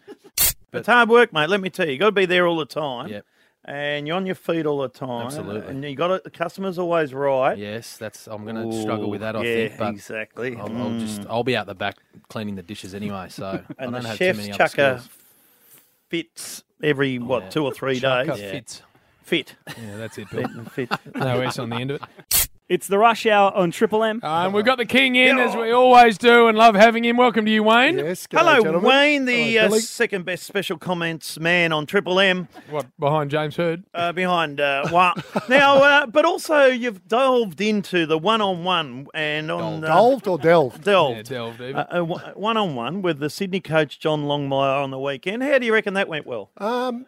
Speaker 2: It's hard work, mate. Let me tell you, you got to be there all the time.
Speaker 4: Yep.
Speaker 2: And you're on your feet all the time.
Speaker 4: Absolutely.
Speaker 2: And you got to, the customer's always right.
Speaker 4: Yes, that's. I'm going to struggle with that. I
Speaker 2: yeah,
Speaker 4: think, but
Speaker 2: exactly.
Speaker 4: I'll, I'll just. I'll be out the back cleaning the dishes anyway, so I
Speaker 2: and
Speaker 4: don't
Speaker 2: the
Speaker 4: have too
Speaker 2: chef's
Speaker 4: many other
Speaker 2: chucker
Speaker 4: skills. Oh,
Speaker 2: fits every what two or three days.
Speaker 4: Chucker fits.
Speaker 2: Fit.
Speaker 1: Yeah, that's it, Bill.
Speaker 2: Fit.
Speaker 1: no S on the end of it.
Speaker 3: It's the rush hour on Triple M.
Speaker 1: Um, we've got the king in, as we always do, and love having him. Welcome to you, Wayne.
Speaker 9: Yes, g'day,
Speaker 2: Hello,
Speaker 9: gentlemen.
Speaker 2: Wayne, the
Speaker 9: Hello,
Speaker 2: uh,
Speaker 9: Billy.
Speaker 2: second best special comments man on Triple M,
Speaker 1: What, behind James Heard?
Speaker 2: uh, behind uh, Wa. now, uh, but also you've delved into the one-on-one and on uh,
Speaker 9: Delved or delved?
Speaker 1: Yeah,
Speaker 2: delved
Speaker 1: delved even.
Speaker 2: uh, uh, wa- one-on-one with the Sydney coach John Longmire on the weekend. How do you reckon that went? Well,
Speaker 9: Um,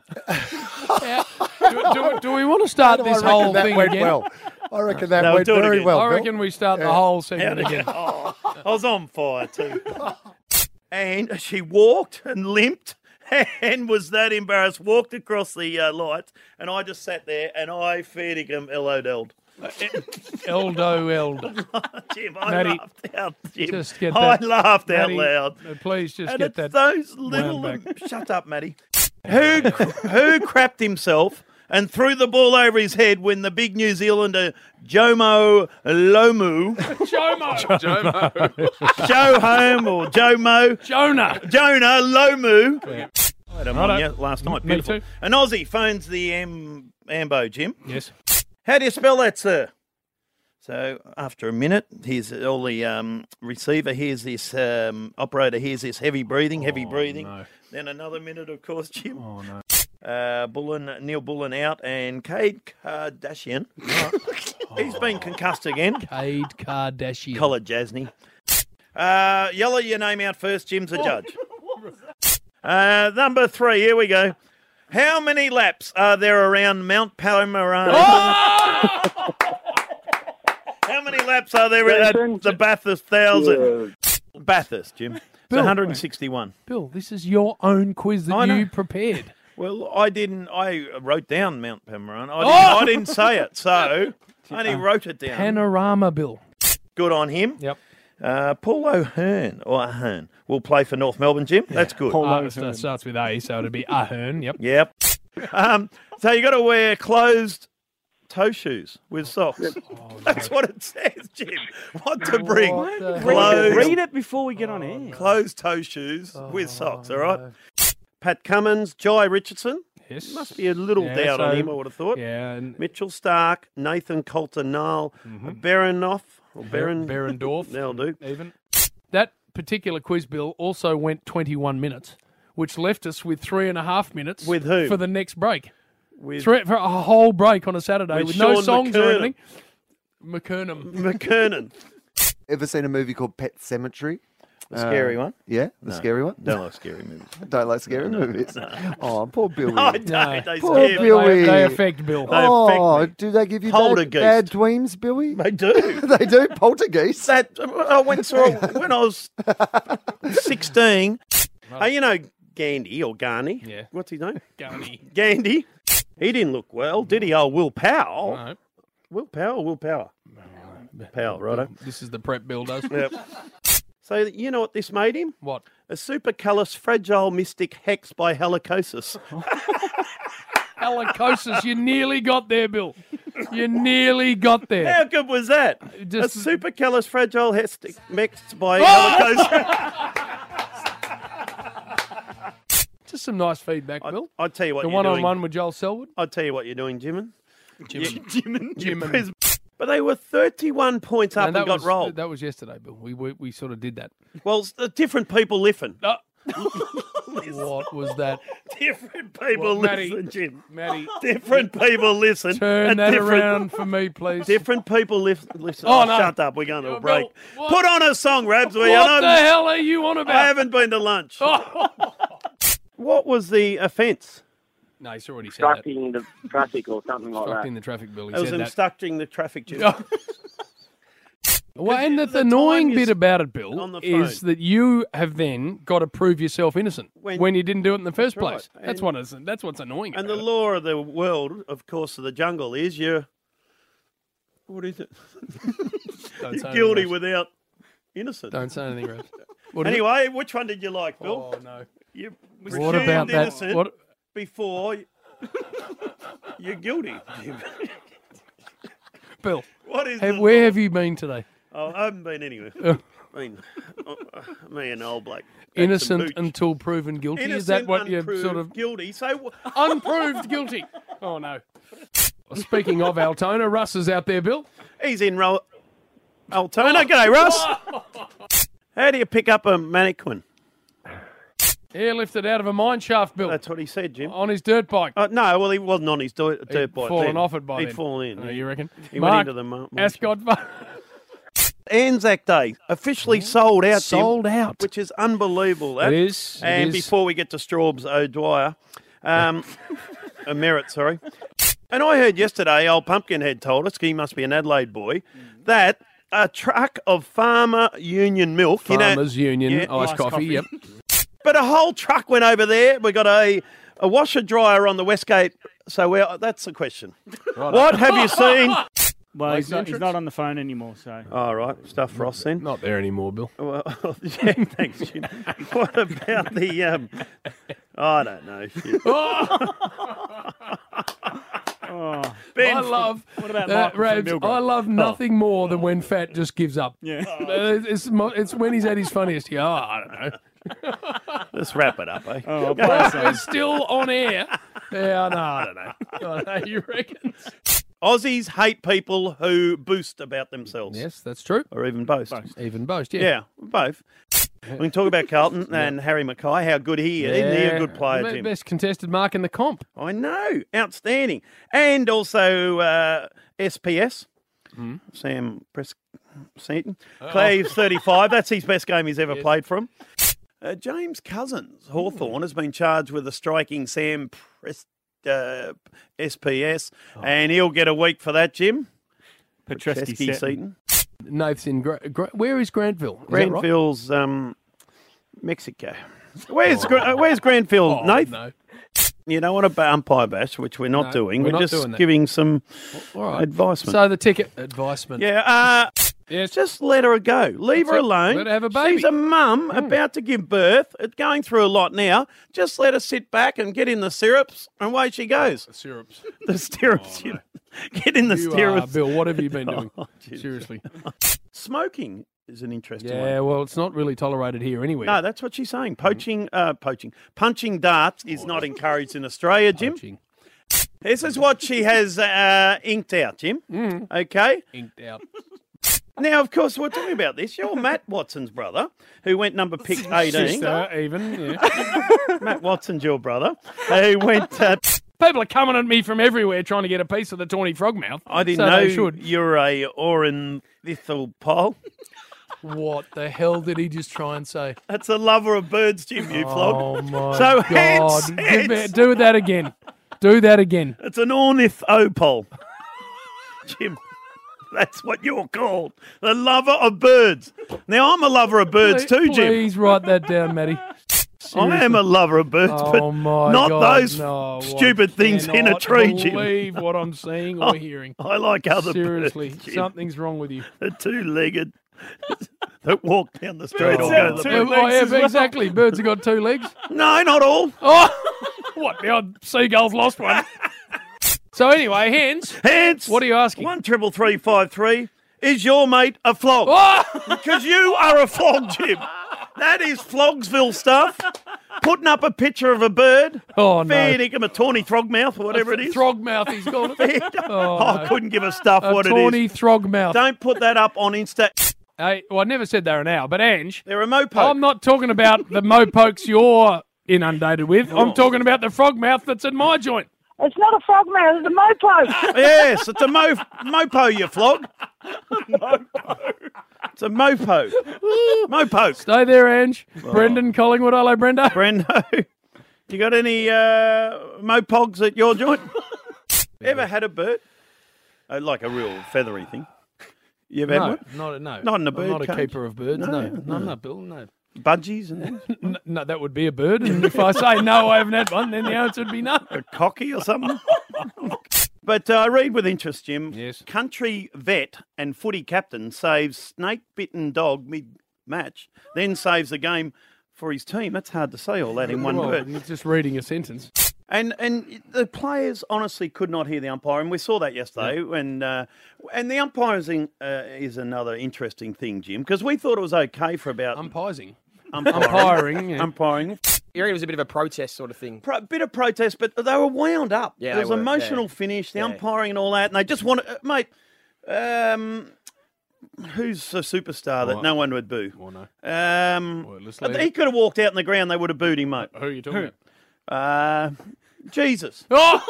Speaker 1: Yeah. do, do- do we want to start
Speaker 9: how do I
Speaker 1: this
Speaker 9: reckon
Speaker 1: whole
Speaker 9: that
Speaker 1: thing
Speaker 9: went
Speaker 1: again?
Speaker 9: well. I reckon that
Speaker 2: No,
Speaker 9: went
Speaker 2: do it
Speaker 9: very
Speaker 2: again.
Speaker 9: well.
Speaker 1: I
Speaker 9: Bill.
Speaker 1: reckon we start the
Speaker 9: Yeah.
Speaker 1: whole
Speaker 2: how
Speaker 1: segment
Speaker 2: did
Speaker 1: again.
Speaker 2: Oh, I was on fire too. and she walked and limped. And was that embarrassed? Walked across the uh, lights, and I just sat there and I feared him LOL'd.
Speaker 1: Eldo Eld.
Speaker 2: Jim, I
Speaker 1: Matty,
Speaker 2: laughed out. Jim.
Speaker 1: just get
Speaker 2: I
Speaker 1: that-
Speaker 2: laughed
Speaker 1: Matty,
Speaker 2: out loud.
Speaker 1: uh, Please just
Speaker 2: And
Speaker 1: get
Speaker 2: it's
Speaker 1: that.
Speaker 2: those little.
Speaker 1: wound
Speaker 2: Shut up, Matty. Who who crapped himself and threw the ball over his head when the big New Zealander Jomo Lomu,
Speaker 1: Jomo. Jomo.
Speaker 2: Joe Home or Jomo,
Speaker 1: Jonah.
Speaker 2: Jonah Lomu. I had him on
Speaker 1: Righto.
Speaker 2: ye- last night.
Speaker 1: Me
Speaker 2: Beautiful.
Speaker 1: too.
Speaker 2: An Aussie phones the M- Ambo, Jim.
Speaker 1: Yes.
Speaker 2: How do you spell that, sir? So after a minute, here's all the um, receiver. Here's this um, operator. Here's this heavy breathing, heavy breathing.
Speaker 1: no.
Speaker 2: Then another minute, of course, Jim. Oh no. Uh, Bullen, Neil Bullen out, and Cade Kardashian. He's been concussed again.
Speaker 1: Cade Kardashian.
Speaker 2: Collar Jasny. Uh, yellow your name out first. Jim's a judge. Uh, number three. Here we go. How many laps are there around Mount Palomar? Oh! How many laps are there at the Bathurst Thousand? Bathurst, Jim. It's 161.
Speaker 1: Bill, this is your own quiz that
Speaker 2: I know. Um,
Speaker 1: you prepared.
Speaker 2: Well, I didn't. I wrote down Mount Palomar. I, didn't- I didn't say it, so I only wrote it down.
Speaker 1: Panorama, Bill.
Speaker 2: Good on him.
Speaker 1: Yep.
Speaker 2: Uh, Paul O'Hearn or Ahern will play for North Melbourne, Jim. That's good.
Speaker 1: Uh, it starts with A, so it'd be Ahern. Yep.
Speaker 2: Yep. Um, so you got to wear closed toe shoes with socks. That's what it says, Jim. What to bring?
Speaker 1: What the hell?
Speaker 2: Closed,
Speaker 3: Read it before we get on air.
Speaker 2: closed toe shoes with
Speaker 1: Oh,
Speaker 2: socks. All right. Pat Cummins, Jai Richardson.
Speaker 1: Yes.
Speaker 2: Must be a little
Speaker 1: Yeah,
Speaker 2: doubt on
Speaker 1: so-
Speaker 2: him. I would have thought.
Speaker 1: Yeah, and
Speaker 2: Mitchell Stark, Nathan Coulter, Nile
Speaker 1: Mm-hmm.
Speaker 2: Berenoff or Beren.
Speaker 1: Berendorf.
Speaker 2: That'll do.
Speaker 1: even. That particular quiz bill also went 21 minutes, which left us with three and a half minutes.
Speaker 2: With who?
Speaker 1: For the next break.
Speaker 2: With
Speaker 1: Three, for a whole break on a Saturday
Speaker 2: With
Speaker 1: with, no
Speaker 2: Sean
Speaker 1: songs or
Speaker 2: McKernan.
Speaker 1: anything. McKernum.
Speaker 2: McKernan.
Speaker 9: Ever seen a movie called Pet Cemetery? Uh,
Speaker 2: The scary one.
Speaker 9: Yeah, the scary one.
Speaker 2: Don't like scary movies.
Speaker 9: Don't like scary movies. Oh, poor Billy.
Speaker 2: I don't. They
Speaker 9: Poor
Speaker 2: scare me.
Speaker 9: Bill.
Speaker 1: They, they
Speaker 9: Billy.
Speaker 1: affect Bill.
Speaker 2: They
Speaker 9: oh,
Speaker 2: affect me.
Speaker 9: do they give you
Speaker 2: Hold a
Speaker 9: bad,
Speaker 2: goose.
Speaker 9: bad dreams, Billy?
Speaker 2: They do.
Speaker 9: they do poltergeist.
Speaker 2: that I went and saw when I was sixteen. Uh, you know Gandhi or Garney?
Speaker 1: Yeah.
Speaker 2: What's his name?
Speaker 1: Gandhi.
Speaker 2: Gandhi. He didn't look well, did he? Oh, Will Powell.
Speaker 1: No.
Speaker 2: Will Powell. Will Power. Powell, righto.
Speaker 1: This is the prep Bill does.
Speaker 2: Yep. So you know what this made him?
Speaker 1: What?
Speaker 2: A supercallous fragile mystic hex by helicosis.
Speaker 1: Oh. Helicosis. you nearly got there, Bill. You nearly got
Speaker 2: How
Speaker 1: there.
Speaker 2: good was that?
Speaker 1: Just- Oh!
Speaker 2: a supercallous fragile hestic mixed by helicosis.
Speaker 1: Just some nice feedback, Bill.
Speaker 2: I'll tell you what
Speaker 1: The
Speaker 2: you're
Speaker 1: one on
Speaker 2: doing.
Speaker 1: one with Joel Selwood.
Speaker 2: I'll tell you what you're doing, Jimin. Jimin.
Speaker 1: Jimin.
Speaker 2: But they were 31 points up and,
Speaker 1: that
Speaker 2: got
Speaker 1: was,
Speaker 2: rolled.
Speaker 1: That was yesterday, Bill. We we, we sort of did that.
Speaker 2: Well, s- uh, different people listen.
Speaker 1: What was that?
Speaker 2: Different people
Speaker 1: Well, Matty-
Speaker 2: listen, Jim.
Speaker 1: Matty,
Speaker 2: Different people listen.
Speaker 1: turn
Speaker 2: and
Speaker 1: that
Speaker 2: different,
Speaker 1: around for me, please.
Speaker 2: Different people lif- listen.
Speaker 1: Oh,
Speaker 2: Oh,
Speaker 1: no.
Speaker 2: Shut up. We're going to
Speaker 1: Bill,
Speaker 2: a break.
Speaker 1: what-
Speaker 2: Put on a song, Rabs. We
Speaker 1: What
Speaker 2: are
Speaker 1: the
Speaker 2: not,
Speaker 1: hell Oh. are you on
Speaker 2: I
Speaker 1: about?
Speaker 2: haven't been to lunch. What was the offence?
Speaker 1: No, he's already said that.
Speaker 11: obstructing the traffic or something like that.
Speaker 1: Obstructing the traffic, Bill. He
Speaker 2: It was
Speaker 1: said that.
Speaker 2: obstructing the traffic jam.
Speaker 1: Yeah. Well, and the,
Speaker 2: the time
Speaker 1: annoying
Speaker 2: you
Speaker 1: bit
Speaker 2: s-
Speaker 1: about it, Bill,
Speaker 2: on the
Speaker 1: is
Speaker 2: phone.
Speaker 1: that you have then got to prove yourself innocent when,
Speaker 2: When-
Speaker 1: you didn't do it in the first
Speaker 2: right.
Speaker 1: place. That's
Speaker 2: And-
Speaker 1: what is, that's what's annoying.
Speaker 2: And the
Speaker 1: about it.
Speaker 2: law of the world, of course, of the jungle is you're. What is it?
Speaker 1: Don't say
Speaker 2: You're
Speaker 1: anything,
Speaker 2: guilty
Speaker 1: Rose.
Speaker 2: without innocent.
Speaker 1: Don't say anything, Rose. What is it?
Speaker 2: Anyway, which one did you like, Bill?
Speaker 1: Oh no.
Speaker 2: You was
Speaker 1: What
Speaker 2: assumed
Speaker 1: about that?
Speaker 2: innocent
Speaker 1: What?
Speaker 2: before y- you're guilty.
Speaker 1: Bill,
Speaker 2: what is
Speaker 1: have,
Speaker 2: the-
Speaker 1: where have Uh. you been today?
Speaker 2: Oh, I haven't been anywhere. I mean, oh, me and old bloke. Back to
Speaker 1: Innocent
Speaker 2: booch.
Speaker 1: until proven guilty. is that
Speaker 2: Innocent,
Speaker 1: what you're
Speaker 2: unproved,
Speaker 1: sort of
Speaker 2: guilty? So w-
Speaker 1: unproved guilty? Oh no. Speaking of Altona, Russ is out there, Bill.
Speaker 2: he's in roll.
Speaker 1: Oh.
Speaker 2: Altona, g'day, Russ. How do you pick up a mannequin?
Speaker 1: Airlifted out of a mine shaft, Bill,
Speaker 2: That's what he said, Jim.
Speaker 1: on his dirt bike.
Speaker 2: Uh, no, well, he wasn't on his dirt,
Speaker 1: Oh. He'd
Speaker 2: dirt bike.
Speaker 1: fallen
Speaker 2: then.
Speaker 1: off it by
Speaker 2: He'd
Speaker 1: then.
Speaker 2: fallen in.
Speaker 1: Oh, you reckon?
Speaker 2: He
Speaker 1: Mark,
Speaker 2: went into the mar- mar-
Speaker 1: Ascot Bar-
Speaker 2: Anzac Day officially sold out. Jim,
Speaker 1: Sold out.
Speaker 2: which is unbelievable.
Speaker 1: It
Speaker 2: That.
Speaker 1: is.
Speaker 2: And
Speaker 1: it is.
Speaker 2: before we get to Straub's O'Dwyer, um, a merit, sorry. And I heard yesterday, old Pumpkinhead told us, he must be an Adelaide boy,
Speaker 1: Mm.
Speaker 2: that a truck of farmer union milk, you know,
Speaker 1: Farmers Union
Speaker 2: yeah,
Speaker 1: iced coffee. Yep.
Speaker 2: but a whole truck went over there. We got a, a washer dryer on the West Gate. So well, that's the question. What have you seen?
Speaker 3: Well, he's not, he's
Speaker 1: entrance?
Speaker 3: not on the phone anymore, so
Speaker 2: All right, stuff Ross then.
Speaker 1: Not there anymore, Bill.
Speaker 2: Well, yeah, thanks. Jim. what about the? Um, I don't know. Shit. Oh. Ben,
Speaker 1: Oh. I love
Speaker 3: what about
Speaker 1: that,
Speaker 3: Michael from
Speaker 1: Rabs. I
Speaker 3: Millbrook?
Speaker 1: love nothing more than
Speaker 2: Oh.
Speaker 1: when Fat just gives up.
Speaker 3: Yeah.
Speaker 1: Uh, It's, mo- it's when he's at his funniest. Yeah, oh, I don't know.
Speaker 2: let's wrap it up. Eh?
Speaker 3: Oh, I'll play some.
Speaker 1: He's still on air. Yeah, no, I don't know. I don't know. You reckon?
Speaker 2: Aussies hate people who boost about themselves,
Speaker 1: Yes, that's true.
Speaker 2: or even boast.
Speaker 1: Even boast. Yeah.
Speaker 2: Yeah, both. We can talk about Carlton and Harry Mackay. How good he is! Isn't he a good player,
Speaker 1: Be-
Speaker 2: Jim?
Speaker 1: Best contested mark in the comp.
Speaker 2: I know, outstanding. And also uh, SPS,
Speaker 1: Hmm.
Speaker 2: Sam Pres- Seaton.
Speaker 1: Oh.
Speaker 2: Cleves 35. That's his best game he's ever played from. Uh, James Cousins Hawthorne has been charged with a striking Sam Pres- uh, SPS,
Speaker 1: Oh.
Speaker 2: and he'll get a week for that, Jim.
Speaker 3: Petrescu
Speaker 2: Pesky
Speaker 3: Seton.
Speaker 2: Seaton.
Speaker 1: Nath's in. Gra- Gra- where is Granville? Is that right?
Speaker 2: Granville's um, Mexico. Where's Gra- uh, Where's Granville,
Speaker 1: Oh,
Speaker 2: Nath?
Speaker 1: no.
Speaker 2: You don't want to ba- umpire bash, which we're not
Speaker 1: No,
Speaker 2: doing.
Speaker 1: we're
Speaker 2: We're,
Speaker 1: not
Speaker 2: just
Speaker 1: doing that.
Speaker 2: giving some
Speaker 1: All right.
Speaker 2: advice. mate.
Speaker 1: So the ticket advisement.
Speaker 2: Yeah, uh,
Speaker 1: Yes.
Speaker 2: just let her go. Leave her
Speaker 1: it.
Speaker 2: alone.
Speaker 1: Let her have a baby. Mm.
Speaker 2: She's a mum about to give birth. It's going through a lot now. Just let her sit back and get in the syrups, and away she goes.
Speaker 1: syrups.
Speaker 2: The syrups. you Get in the
Speaker 1: Oh, You are,
Speaker 2: syrups.
Speaker 1: Bill. What have you been doing?
Speaker 2: Oh, Jesus.
Speaker 1: Seriously.
Speaker 2: Smoking is an interesting
Speaker 1: Yeah. Mm.
Speaker 2: one.
Speaker 1: Well, it's not really tolerated here anywhere.
Speaker 2: No, that's what she's saying. Poaching, uh, poaching, punching darts is not encouraged in Australia, Jim.
Speaker 1: Oh, Punching.
Speaker 2: This is what she has uh, inked out, Jim.
Speaker 1: Mm.
Speaker 2: Okay.
Speaker 1: Inked out.
Speaker 2: Now, of course, we're talking about this. You're Matt Watson's brother, who went number pick 18.
Speaker 1: Sister, even. Yeah.
Speaker 2: Matt Watson's your brother. He went. Uh,
Speaker 1: People are coming at me from everywhere trying to get a piece of the tawny frog mouth.
Speaker 2: I didn't
Speaker 1: so
Speaker 2: know
Speaker 1: They should.
Speaker 2: you're a ornithopole. pole.
Speaker 1: What the hell did he just try and say?
Speaker 2: That's a lover of birds, Jim. You
Speaker 1: Oh
Speaker 2: flog.
Speaker 1: my
Speaker 2: So
Speaker 1: god!
Speaker 2: hence
Speaker 1: Give me-
Speaker 2: it's-
Speaker 1: do that again. Do that again.
Speaker 2: It's an ornithopole, Jim. That's what you're called, the lover of birds. Now I'm a lover of birds too, Jim.
Speaker 1: Please write that down, Matty.
Speaker 2: I am a lover of birds,
Speaker 1: Oh
Speaker 2: but
Speaker 1: my
Speaker 2: not
Speaker 1: God,
Speaker 2: those
Speaker 1: no, I
Speaker 2: stupid things in a
Speaker 1: cannot
Speaker 2: tree, Jim. Oh,
Speaker 1: Believe what I'm seeing or hearing.
Speaker 2: I like other
Speaker 1: Seriously,
Speaker 2: birds. Jim.
Speaker 1: something's wrong with you.
Speaker 2: The two-legged that walk down the street or go to the
Speaker 1: Yeah, well, yeah, exactly. Birds have got two legs.
Speaker 2: No, not all.
Speaker 1: Oh, what? The odd seagull's lost one. So anyway, hens.
Speaker 2: Hence,
Speaker 1: What are you asking?
Speaker 2: One triple three five three. Is your mate a flog?
Speaker 1: Oh,
Speaker 2: Because you are a flog, Jim. That is Flogsville stuff. Putting up a picture of a bird.
Speaker 1: Oh,
Speaker 2: Fair
Speaker 1: no.
Speaker 2: dinkum, a tawny throgmouth or whatever it is.
Speaker 1: Throgmouth, he's called it. Oh,
Speaker 2: I
Speaker 1: no.
Speaker 2: couldn't give a stuff
Speaker 1: A
Speaker 2: what it
Speaker 1: tawny
Speaker 2: is.
Speaker 1: throgmouth.
Speaker 2: Don't put that up on Insta.
Speaker 1: Hey, well, I never said they're an owl, but Ange,
Speaker 2: They're a mopoke.
Speaker 1: I'm not talking about the mopokes you're inundated with. I'm talking about the frog mouth that's in my joint.
Speaker 12: It's not a frog mouth, it's a mopo.
Speaker 2: Yes, it's a mo- mopo, you flog. it's a mopo. Mopoke.
Speaker 1: Stay there, Ange. Brendan Collingwood. Hello, Brenda.
Speaker 2: Brendo, you got any uh, mopogs at your joint? Ever had a bird? Oh, like a real feathery thing. You ever
Speaker 1: no,
Speaker 2: had
Speaker 1: not, no.
Speaker 2: Not in a
Speaker 1: I'm
Speaker 2: bird
Speaker 1: not a
Speaker 2: cage.
Speaker 1: keeper of birds. No, no, I'm not Bill. No.
Speaker 2: one? Budgies and things?
Speaker 1: N- no, that would be a bird. And if I say no, I haven't had one, then the answer would be no.
Speaker 2: a cocky or something? but uh, I read with interest, Jim.
Speaker 1: Yes.
Speaker 2: Country vet and footy captain saves snake bitten dog mid match, then saves the game for his team. That's hard to say all that in one
Speaker 1: Well,
Speaker 2: word.
Speaker 1: you're just reading a sentence.
Speaker 2: And and the players honestly could not hear the umpire, and we saw that yesterday. And uh, and the umpiring uh, is another interesting thing, Jim, because we thought it was okay for about
Speaker 1: Umpising.
Speaker 2: umpiring.
Speaker 1: Umpiring. yeah.
Speaker 2: umpiring.
Speaker 12: You reckon it was a bit of a protest sort of thing?
Speaker 2: Pro- bit of protest, but they were wound up. there
Speaker 12: Yeah, they
Speaker 2: was
Speaker 12: were,
Speaker 2: emotional
Speaker 12: yeah.
Speaker 2: finish, the
Speaker 12: Yeah.
Speaker 2: umpiring and all that, and they just wanted, uh, mate. Um, who's a superstar that no one would boo?
Speaker 1: Oh, no.
Speaker 2: Um,
Speaker 1: Wordless
Speaker 2: he
Speaker 1: leader.
Speaker 2: could have walked out in the ground; they would have booed him, mate.
Speaker 1: Who are you talking about?
Speaker 2: Uh, Jesus.
Speaker 1: Oh!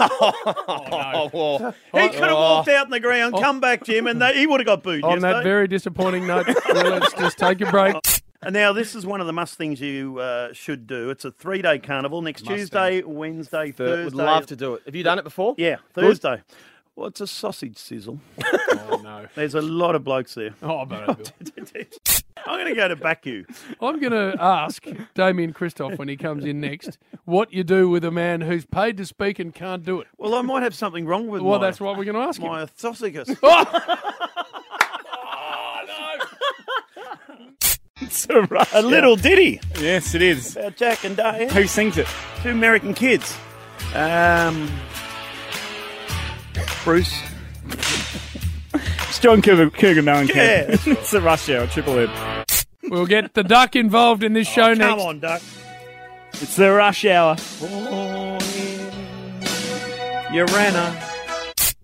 Speaker 6: Oh,
Speaker 2: He could have walked out in the ground, come back, Jim, and they, he would have got booed.
Speaker 1: On
Speaker 2: yesterday.
Speaker 1: that Oh, very disappointing note, well, let's just take a break.
Speaker 2: and now this is one of the must things you uh, should do. It's a three-day carnival next Tuesday, Wednesday, Thursday.
Speaker 12: Would love to do it. Have you done it before?
Speaker 2: Yeah, Thursday. Well, it's a sausage sizzle.
Speaker 1: Oh, no.
Speaker 2: There's a lot of blokes there.
Speaker 1: Oh, no, Bill.
Speaker 2: I'm going to go to Baku.
Speaker 1: I'm going to ask Damien Christoph when he comes in next what you do with a man who's paid to speak and can't do it.
Speaker 2: Well, I might have something wrong with
Speaker 1: Well,
Speaker 2: my,
Speaker 1: that's what we're going to ask him.
Speaker 2: my esophagus.
Speaker 3: It's a rush.
Speaker 2: a little ditty
Speaker 3: Yes, it is.
Speaker 2: about Jack and Diane.
Speaker 3: Who sings it?
Speaker 2: two American kids. Um, Bruce.
Speaker 3: It's John Cougar, Cougar Mellencamp.
Speaker 2: Yeah, that's
Speaker 3: it's a rush hour, triple M.
Speaker 1: We'll get the duck involved in this show
Speaker 2: Oh, Come
Speaker 1: next.
Speaker 2: on, Duck.
Speaker 3: It's the rush hour.
Speaker 2: Urana.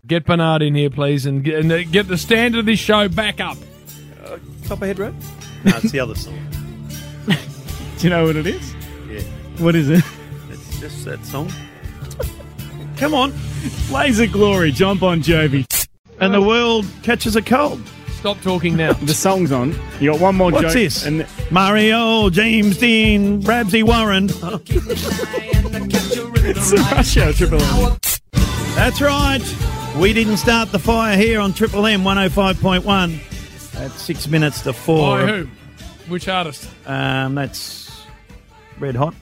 Speaker 1: Get Bernard in here, please, and get, and uh, get the standard of this show back up.
Speaker 2: Copperhead Road? No, it's the other song.
Speaker 3: Do you know what it is?
Speaker 2: Yeah.
Speaker 3: What is it?
Speaker 2: It's just that song. Come on.
Speaker 3: Laser Glory, John Bon Jovi.
Speaker 2: And the world catches a cold.
Speaker 1: Stop talking now.
Speaker 3: The song's on. You got one more
Speaker 2: What's
Speaker 3: joke.
Speaker 2: this?
Speaker 3: And
Speaker 2: Mario, James Dean, Ramsey Warren.
Speaker 3: it's the rush hour, triple M.
Speaker 2: That's right. We didn't start the fire here on Triple M 105.1. That's six minutes to four.
Speaker 1: By who? Which artist?
Speaker 2: Um, that's Red Hot.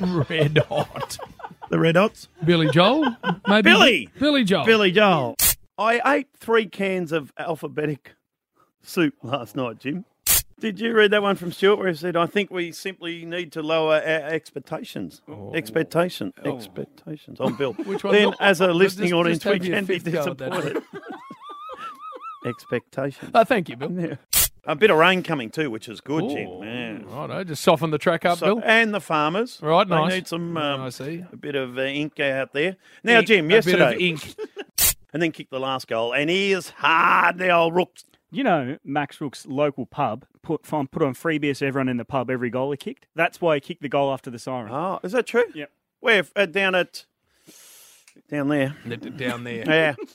Speaker 1: Red Hot.
Speaker 2: The Red Hots.
Speaker 1: Billy Joel? Maybe
Speaker 2: Billy!
Speaker 1: Billy Joel.
Speaker 2: Billy Joel. I ate three cans of alphabetic soup last night, Jim. Did you read that one from Stuart where he said, I think we simply need to lower our expectations? Expectation. Expectations on Bill. Which
Speaker 1: Oh. one?
Speaker 2: Then, as a listening
Speaker 1: just-
Speaker 2: audience,
Speaker 1: just have
Speaker 2: we
Speaker 1: your
Speaker 2: can be
Speaker 1: fifth go at that.
Speaker 2: disappointed. Expectations.
Speaker 1: Oh, thank you, Bill.
Speaker 2: A bit of rain coming too, which is good, Jim.
Speaker 1: Ooh,
Speaker 2: Yeah.
Speaker 1: Righto, just soften the track up,
Speaker 2: So-
Speaker 1: Bill.
Speaker 2: and the farmers.
Speaker 1: Right,
Speaker 2: they
Speaker 1: nice.
Speaker 2: need some.
Speaker 1: Yeah,
Speaker 2: Um,
Speaker 1: I see.
Speaker 2: A bit of uh, ink out there. Now,
Speaker 1: Ink,
Speaker 2: Jim,
Speaker 1: a bit of
Speaker 2: yesterday.
Speaker 1: ink.
Speaker 2: and then kick the last goal. And he is hard, the old rook.
Speaker 3: You know, Max Rook's local pub put, fun- put on free beer so everyone in the pub every goal he kicked. That's why he kicked the goal after the siren.
Speaker 2: Oh, is that true?
Speaker 3: Yep.
Speaker 2: Where? Uh, down at. Down there.
Speaker 1: Down there.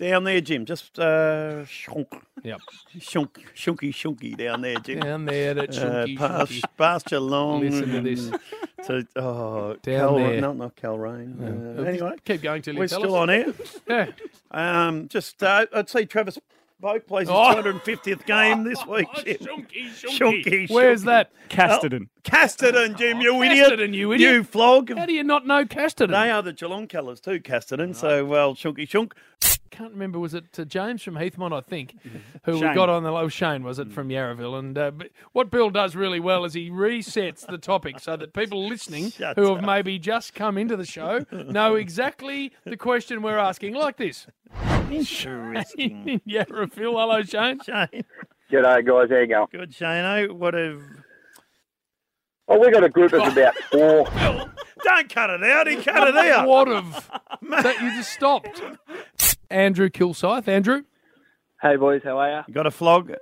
Speaker 2: Yeah. down there, Jim. Just uh, shunk,
Speaker 1: Yep.
Speaker 2: shunk, shunky, shunky down there, Jim.
Speaker 1: Down there. That
Speaker 2: Uh,
Speaker 1: shunky,
Speaker 2: past,
Speaker 1: shunky.
Speaker 2: past your long.
Speaker 1: Listen to this.
Speaker 2: To, oh,
Speaker 1: Down
Speaker 2: Cal,
Speaker 1: there.
Speaker 2: No, not Cal Rain. Uh, anyway,
Speaker 1: Keep going till you
Speaker 2: we're
Speaker 1: tell
Speaker 2: still
Speaker 1: us.
Speaker 2: on air.
Speaker 1: Yeah.
Speaker 2: Um, just, uh, I'd say Travis Boak plays his
Speaker 1: Oh.
Speaker 2: 250th game this week. Jim.
Speaker 1: Shunky, shunky.
Speaker 2: Shunky,
Speaker 1: Where's
Speaker 2: shunky.
Speaker 1: that?
Speaker 2: Oh.
Speaker 3: Casterton.
Speaker 2: Casterton, Jim, you idiot.
Speaker 1: Casterton, you idiot.
Speaker 2: You flog.
Speaker 1: How do you not know Casterton?
Speaker 2: They are the Geelong colours too, Casterton. So, well, shunky shunk.
Speaker 1: can't remember. Was it to James from Heathmont, I think, who we
Speaker 13: Mm-hmm. Shane. Mm.
Speaker 1: got on the low? Shane was it from Yarraville? And uh, but what Bill does really well is he resets the topic so that people listening
Speaker 13: Shut
Speaker 1: who
Speaker 13: up.
Speaker 1: have maybe just come into the show know exactly the question we're asking. Like this.
Speaker 2: Interesting.
Speaker 1: Yarraville, hello Shane.
Speaker 2: Shane.
Speaker 11: G'day, guys. How you going?
Speaker 2: Good, Shano. What have?
Speaker 11: Well, Oh, we got a group of about four.
Speaker 2: Don't cut it out. He cut it out.
Speaker 1: What of? That you just stopped. Andrew Kilsyth. Andrew.
Speaker 11: Hey boys, how are
Speaker 2: you? Got a flog.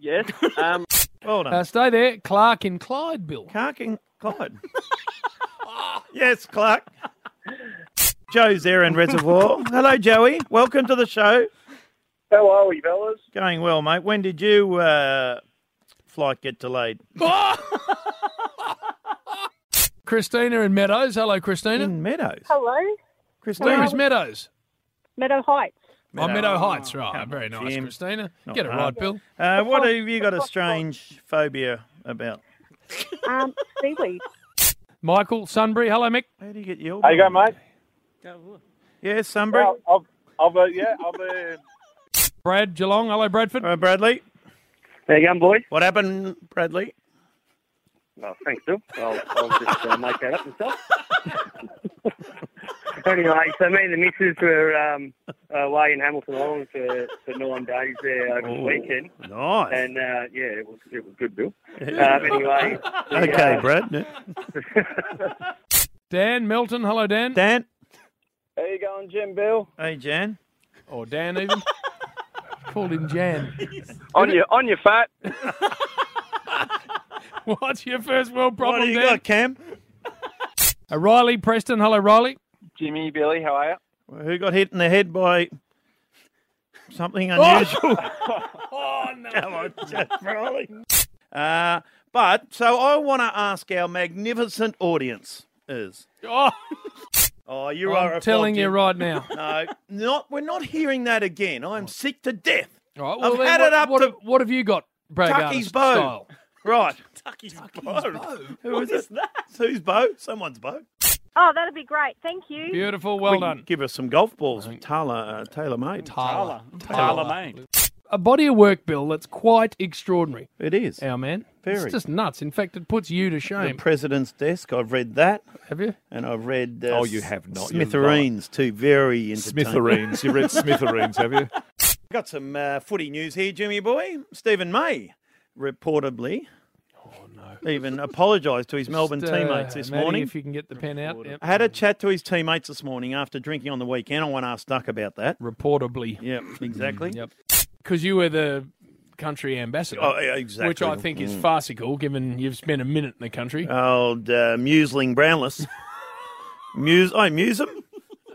Speaker 11: Yes. Um,
Speaker 2: Hold on.
Speaker 1: Uh, stay there. Clark in Clyde, Bill.
Speaker 2: Clark in Clyde. yes, Clark. Joe's there in Reservoir. Hello, Joey. Welcome to the show.
Speaker 11: How are we, fellas?
Speaker 2: Going well, mate. When did you uh, flight get delayed?
Speaker 1: Christina in Meadows. Hello, Christina.
Speaker 13: Mm.
Speaker 1: In
Speaker 2: Meadows.
Speaker 4: Oh,
Speaker 14: Hello.
Speaker 1: Christina. Where is Meadows?
Speaker 14: Meadow Heights.
Speaker 1: Oh, Meadow Heights, right. Very nice, Christina.
Speaker 2: Not
Speaker 1: Get it
Speaker 2: hard.
Speaker 1: right, Bill.
Speaker 2: Uh, what have you got a strange phobia about?
Speaker 14: Um, seaweed.
Speaker 1: Michael Sunbury. Hello, Mick.
Speaker 2: How do you get your?
Speaker 11: How you going, mate?
Speaker 2: Yeah, Sunbury.
Speaker 11: Well, I've, I've, uh, yeah, I've. Uh...
Speaker 1: Brad Geelong. Hello, Bradford.
Speaker 3: Uh,
Speaker 2: Hello, Bradley.
Speaker 11: How you going, boy?
Speaker 2: What happened, Bradley?
Speaker 11: Well, thanks, Bill. I'll, I'll just uh, make that up myself. anyway, so me and the missus were um, away in Hamilton Island for, for nine days there over the
Speaker 2: Ooh,
Speaker 11: weekend.
Speaker 2: nice.
Speaker 11: And uh, yeah, it was it was good, Bill. Um,
Speaker 2: Yeah.
Speaker 11: anyway. the,
Speaker 2: Okay,
Speaker 11: uh,
Speaker 2: Brad.
Speaker 1: Dan Melton. Hello, Dan.
Speaker 2: Dan.
Speaker 11: How you going, Jim Bill?
Speaker 2: Hey, Jan.
Speaker 1: Or Dan, even. Called him Jan.
Speaker 11: On your on your fat.
Speaker 1: What's your first world problem,
Speaker 11: What do you
Speaker 1: Dan?
Speaker 11: got,
Speaker 2: Cam?
Speaker 1: Uh, Riley Preston. Hello, Riley.
Speaker 11: Jimmy, Billy, how are you?
Speaker 2: Who got hit in the head by something unusual?
Speaker 1: oh no!
Speaker 2: Uh, but so I want to ask our magnificent audience is. oh,
Speaker 1: Oh,
Speaker 2: you
Speaker 1: I'm
Speaker 2: are a
Speaker 1: telling
Speaker 2: flog,
Speaker 1: you
Speaker 2: Jim.
Speaker 1: right now.
Speaker 2: No, not we're not hearing that again. I'm sick to death.
Speaker 1: All right, well,
Speaker 2: I've
Speaker 1: then
Speaker 2: had
Speaker 1: what,
Speaker 2: it up
Speaker 1: what,
Speaker 2: to
Speaker 1: what have you got, Brad? Garner's
Speaker 2: Tucky's bow.
Speaker 1: Style?
Speaker 2: Right.
Speaker 3: Tucky's,
Speaker 2: bow. Who is it? It's Who's bow? Someone's bow.
Speaker 14: Oh, that'd be great. Thank you.
Speaker 1: Beautiful. Well
Speaker 2: We can
Speaker 1: done.
Speaker 2: Give us some golf balls. Taylor, uh, Taylor made.
Speaker 1: Taylor.
Speaker 11: uh,
Speaker 2: Taylor
Speaker 3: made.
Speaker 1: A body of work, Bill, that's quite extraordinary.
Speaker 2: It is.
Speaker 1: Our man.
Speaker 2: Very.
Speaker 1: It's just nuts. In fact, it puts you to
Speaker 2: The
Speaker 1: shame.
Speaker 2: president's desk. I've read that.
Speaker 1: Have you?
Speaker 2: And I've read. Uh,
Speaker 15: Oh, you have not. You're
Speaker 2: Smithereens too. Very entertaining.
Speaker 15: Smithereens. You read Smithereens, have you?
Speaker 2: Got some uh, footy news here, Jimmy boy. Stephen May, reportedly. Oh no! Even apologised to his Melbourne
Speaker 1: Just, uh,
Speaker 2: teammates this
Speaker 1: Matty,
Speaker 2: morning.
Speaker 1: If you can get the pen out. Yep.
Speaker 2: I had a chat to his teammates this morning after drinking on the weekend. I want to ask Duck about that.
Speaker 1: Reportably.
Speaker 2: Yep, exactly.
Speaker 1: Mm, Yep. Because you were the country ambassador.
Speaker 2: Oh, yeah, exactly.
Speaker 1: Which I think is
Speaker 2: Mm.
Speaker 1: farcical, given you've spent a minute in the country.
Speaker 2: Old uh, Museling Brownless. Muse, I muse him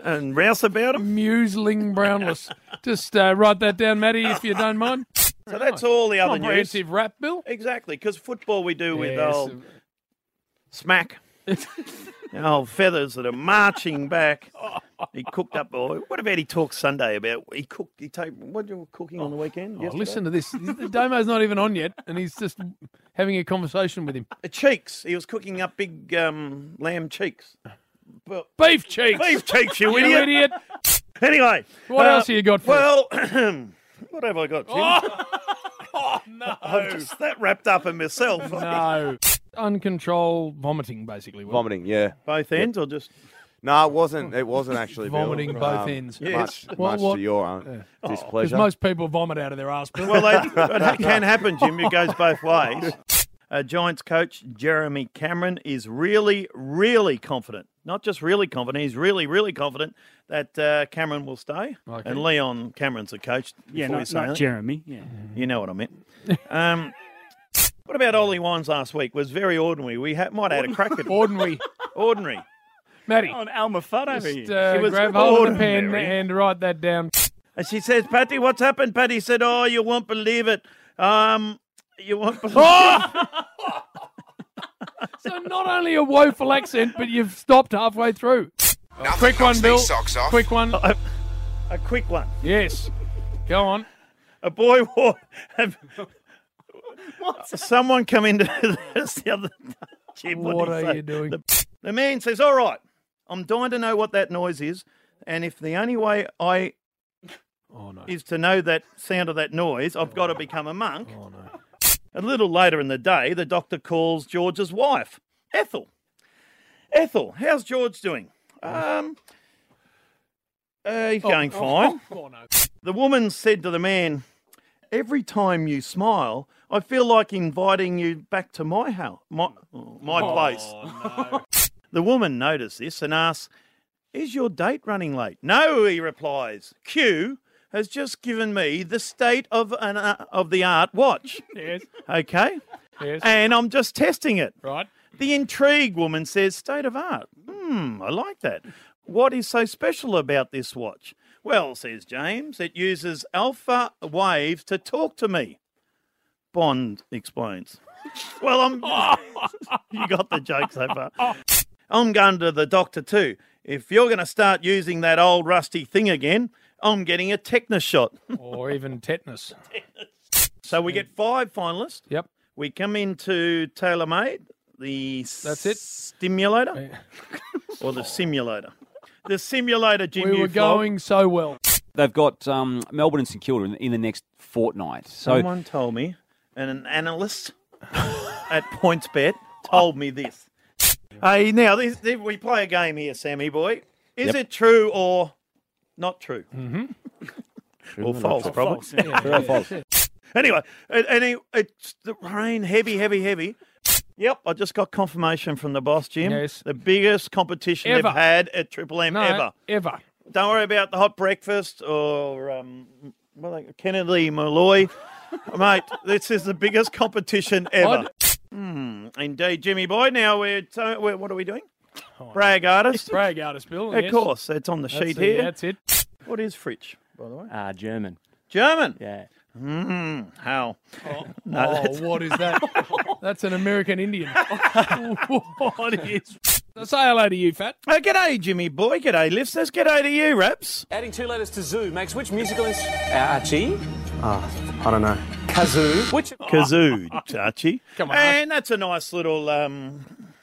Speaker 2: and rouse about him.
Speaker 1: Museling Brownless. Just uh, write that down, Matty, if you don't mind.
Speaker 2: So that's all the other news.
Speaker 1: Comprehensive rap, Bill.
Speaker 2: Exactly, because football we do with
Speaker 1: Yes.
Speaker 2: old smack. and old feathers that are marching back. He cooked up. Oh, what about he talks Sunday about? He cooked. He taped. What you were cooking on the weekend?
Speaker 1: Oh, listen to this. The Damo's not even on yet, and he's just having a conversation with him.
Speaker 2: Uh, cheeks. He was cooking up big um, lamb cheeks. But
Speaker 1: beef cheeks.
Speaker 2: Beef cheeks, you,
Speaker 1: You
Speaker 2: idiot.
Speaker 1: idiot.
Speaker 2: Anyway,
Speaker 1: What
Speaker 2: uh,
Speaker 1: else have you got for
Speaker 2: Well, what have I got? Jim?
Speaker 1: Oh, no.
Speaker 2: I'm just that wrapped up in myself.
Speaker 1: No. Uncontrolled vomiting, basically. wasn't it?
Speaker 16: Vomiting, yeah.
Speaker 2: Both ends or just?
Speaker 16: No, it wasn't. It wasn't actually Bill. Um,
Speaker 1: Vomiting both ends.
Speaker 16: Much,
Speaker 1: Yes.
Speaker 16: much
Speaker 1: What- what-
Speaker 16: to your own
Speaker 1: Yeah. Because
Speaker 2: Oh,
Speaker 16: displeasure.
Speaker 1: most people vomit out of their arse. Bill.
Speaker 2: Well, they, it can happen, Jim. It goes both ways. Uh, Giants coach Jeremy Cameron is really, really confident. Not just really confident, he's really, really confident that uh, Cameron will stay.
Speaker 3: Okay.
Speaker 2: And Leon Cameron's the coach.
Speaker 3: Yeah,
Speaker 2: before
Speaker 3: not-
Speaker 2: you say
Speaker 3: not
Speaker 2: that.
Speaker 3: Jeremy, yeah.
Speaker 2: You know what I meant. Um, what about Ollie Wines last week? Was very ordinary. We ha- might have had a crack at
Speaker 1: Ordinary.
Speaker 2: Ordinary.
Speaker 1: Matty.
Speaker 3: On Alma Fudd over
Speaker 1: Just
Speaker 3: here.
Speaker 1: uh,
Speaker 2: She Oh, was
Speaker 1: grab hold of the pen
Speaker 2: ordinary.
Speaker 1: and write that down.
Speaker 2: And she says, Patty, what's happened? Patty said, Oh, you won't believe it. Um, you won't believe
Speaker 3: Oh!
Speaker 1: So not only a woeful accent, but you've stopped halfway through. quick one, Bill. Quick one.
Speaker 2: A quick one.
Speaker 1: Yes. Go on.
Speaker 2: A boy wore. Someone come into this the other day. Jim,
Speaker 1: What
Speaker 2: did he
Speaker 1: are
Speaker 2: say?
Speaker 1: you doing?
Speaker 2: The, the man says, All right, I'm dying to know what that noise is. And if the only way I
Speaker 1: Oh, no.
Speaker 2: is to know that sound of that noise, I've got to become a monk. Oh, no. A little later in the day, the doctor calls George's wife, Ethel. Ethel, how's George doing? Um, uh, he's
Speaker 1: Oh,
Speaker 2: going
Speaker 1: oh,
Speaker 2: fine.
Speaker 1: oh, no.
Speaker 2: The woman said to the man, Every time you smile, I feel like inviting you back to my house, my, oh, my
Speaker 1: Oh,
Speaker 2: place. the woman noticed this and asks, Is your date running late? No, he replies. Q has just given me the state of, an, uh, of the art watch.
Speaker 1: Yes.
Speaker 2: Okay?
Speaker 1: Yes.
Speaker 2: And I'm just testing it.
Speaker 1: Right.
Speaker 2: The intrigue woman says, State of art. Hmm, I like that. What is so special about this watch? Well, says James, it uses alpha waves to talk to me. Bond explains. Well, I'm. you got the joke so far. I'm going to the doctor too. If you're going to start using that old rusty thing again, I'm getting a tetanus shot.
Speaker 1: or even tetanus.
Speaker 2: So we get five finalists.
Speaker 1: Yep.
Speaker 2: We come into TaylorMade, the that's it stimulator or the simulator. The simulator, Jim.
Speaker 1: We were
Speaker 2: Ufog.
Speaker 1: going so well.
Speaker 13: They've got um, Melbourne and St Kilda in, in the next fortnight. So
Speaker 2: Someone told me, and an analyst at PointsBet told me this. Hey, now this, this- we play a game here, Sammy boy. Is
Speaker 1: Yep.
Speaker 2: it true or not true?
Speaker 1: Mm-hmm.
Speaker 2: or false, probably.
Speaker 1: True or false.
Speaker 2: Anyway, and, and it, it's the rain, heavy, heavy, heavy. Yep, I just got confirmation from the boss, Jim.
Speaker 1: Yes.
Speaker 2: The biggest competition
Speaker 1: Ever.
Speaker 2: they've had at Triple M
Speaker 1: No,
Speaker 2: ever.
Speaker 1: ever.
Speaker 2: Don't worry about the hot breakfast or um, what are they- Kennedy Malloy. Mate, this is the biggest competition ever. Hmm, indeed, Jimmy boy. Now we're, to- we're what are we doing? Brag artist.
Speaker 1: Oh, Brag artist, Bill.
Speaker 2: Of
Speaker 1: yes.
Speaker 2: course, it's on the
Speaker 1: That's it,
Speaker 2: sheet here.
Speaker 1: That's it.
Speaker 2: What is Fritsch, by the way?
Speaker 13: Ah, German.
Speaker 2: German.
Speaker 13: Yeah.
Speaker 2: Hmm. How?
Speaker 1: oh,
Speaker 2: that's-
Speaker 1: what is that? that's an American Indian. what is? Say hello to you, Fat.
Speaker 2: Oh, g'day, Jimmy boy. G'day, listeners. G'day to you, Raps.
Speaker 17: Adding two letters to zoo makes which musical is
Speaker 2: Archie.
Speaker 17: Ah, I don't know. Kazoo. Which
Speaker 2: Kazoo, Archie.
Speaker 17: Come on.
Speaker 2: And that's a nice little um,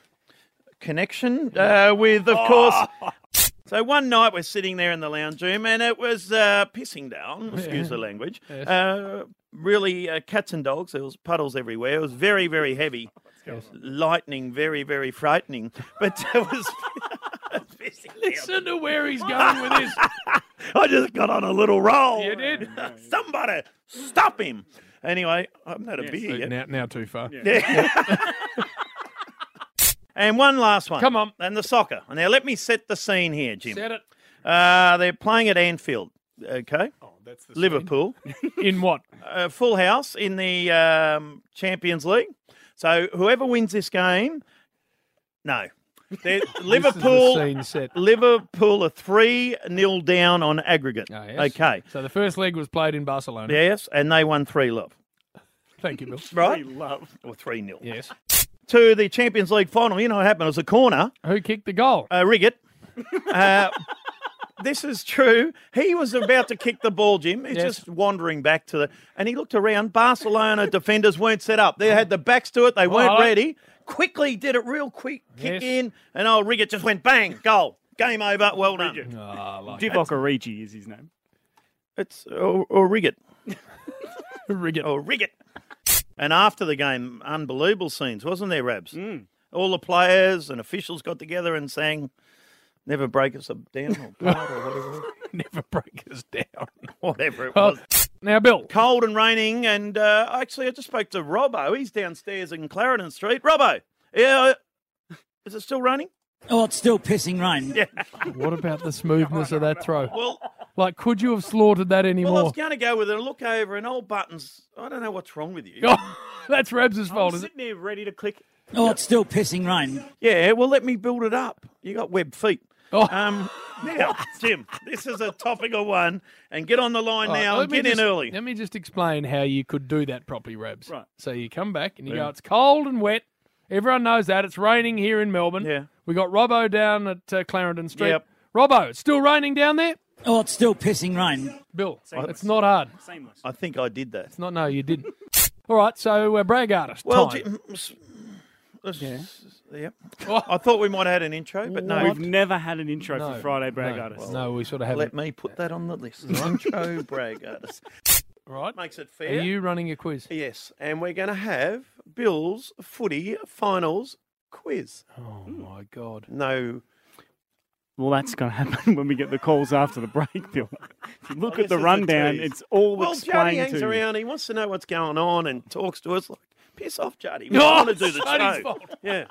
Speaker 2: connection uh, with, of course. So one night we're sitting there in the lounge room and it was uh, pissing down, excuse the language.
Speaker 1: Yes.
Speaker 2: Uh, really, uh, cats and dogs. There was puddles everywhere. It was very, very heavy. Lightning, very, very frightening. But it was.
Speaker 1: Listen to where he's going with this.
Speaker 2: I just got on a little roll.
Speaker 1: You did.
Speaker 2: Somebody stop him. Anyway, I haven't had a beer yet.
Speaker 1: Now, now too far.
Speaker 2: And one last one.
Speaker 1: Come on.
Speaker 2: And the soccer. Now, let me set the scene here, Jim.
Speaker 1: Set it.
Speaker 2: Uh, they're playing at Anfield, okay? Oh, that's the Liverpool.
Speaker 1: In what?
Speaker 2: Uh, full house in the um, Champions League. So, whoever wins this game, no. They're, Liverpool,
Speaker 1: scene set.
Speaker 2: Liverpool are 3 0 down on aggregate.
Speaker 1: Oh, Ah, Yes.
Speaker 2: Okay.
Speaker 1: So the first leg was played in Barcelona.
Speaker 2: Yes, and they won 3 love.
Speaker 1: Thank you, Bill.
Speaker 2: Right? love. Or 3 0.
Speaker 1: Yes.
Speaker 2: to the Champions League final. You know what happened? It was a corner.
Speaker 1: Who kicked the goal?
Speaker 2: Uh, Riggett. Uh, this is true. He was about to kick the ball, Jim. He's
Speaker 1: Yes.
Speaker 2: just wandering back to the. And he looked around. Barcelona defenders weren't set up. They had the backs to it. They weren't
Speaker 1: All right.
Speaker 2: ready. Quickly did it real quick. Kick
Speaker 1: Yes.
Speaker 2: in. And old Riggett just went bang. Goal. Game over. Well done.
Speaker 1: Ah,
Speaker 3: Divock Origi is his name.
Speaker 2: It's or, or Riggett.
Speaker 1: Riggett.
Speaker 2: Or Riggett. And after the game, unbelievable scenes, wasn't there, Rabs? Mm. All the players and officials got together and sang, Never Break Us Up Down or God or whatever.
Speaker 1: Never Break Us Down.
Speaker 2: Whatever it
Speaker 1: Oh,
Speaker 2: was.
Speaker 1: now, Bill.
Speaker 2: Cold and raining. And uh, actually, I just spoke to Robbo. He's downstairs in Clarendon Street. Robbo, yeah, is it still raining?
Speaker 18: Oh, it's still pissing rain.
Speaker 2: Yeah.
Speaker 1: What about the smoothness of that throw?
Speaker 2: Well,
Speaker 1: Like, could you have slaughtered that
Speaker 2: well I was
Speaker 1: anymore?
Speaker 2: going to go with it. I look over and old buttons. I don't know what's wrong with you.
Speaker 1: Oh, That's Rabs' fault, is it?
Speaker 3: sitting there ready to click.
Speaker 18: Oh, it's still pissing rain.
Speaker 2: Yeah, well, let me build it up. You got web feet.
Speaker 1: Oh.
Speaker 2: Um, now, Jim, this is a topical one, and get on the line
Speaker 1: All right,
Speaker 2: now
Speaker 1: let
Speaker 2: and
Speaker 1: me
Speaker 2: get
Speaker 1: just-
Speaker 2: in early.
Speaker 1: Let me just explain how you could do that properly, Rabs.
Speaker 2: Right.
Speaker 1: So you come back and you
Speaker 2: Yeah.
Speaker 1: go, it's cold and wet. Everyone knows that. It's raining here in Melbourne. Yeah. We got Robbo down at uh, Clarendon Street.
Speaker 18: Yep.
Speaker 1: Robbo, it's still raining down there?
Speaker 18: Oh, it's still pissing rain.
Speaker 1: Bill, it's not hard.
Speaker 2: I think I did that.
Speaker 1: It's not, no, you didn't. All right, so uh, brag artist.
Speaker 2: Well,
Speaker 1: time. Oh.
Speaker 2: Jim, s- Yeah. Yep. I thought we might have had an intro, but no.
Speaker 3: We've never had an intro for Friday Brag
Speaker 2: no.
Speaker 3: Artists.
Speaker 1: No, we sort of
Speaker 2: Let
Speaker 1: haven't.
Speaker 2: me put that on the list. intro brag artist.
Speaker 1: Right.
Speaker 2: Makes it fair.
Speaker 1: Are you running a quiz?
Speaker 2: Yes, and we're going to have Bill's footy finals quiz.
Speaker 1: Oh my god!
Speaker 2: No,
Speaker 3: Well, that's going to happen when we get the calls after the break, Bill. If you
Speaker 2: Oh,
Speaker 3: look
Speaker 2: this
Speaker 3: at the
Speaker 2: is a
Speaker 3: rundown,
Speaker 2: tease.
Speaker 3: it's all
Speaker 2: well, Jody
Speaker 3: explained
Speaker 2: hangs
Speaker 3: to you.
Speaker 2: around. He wants to know what's going on and talks to us. Like, piss off, Jody. We
Speaker 1: No,
Speaker 2: want to do the
Speaker 1: it's Jody's
Speaker 2: show.
Speaker 1: fault.
Speaker 2: Yeah.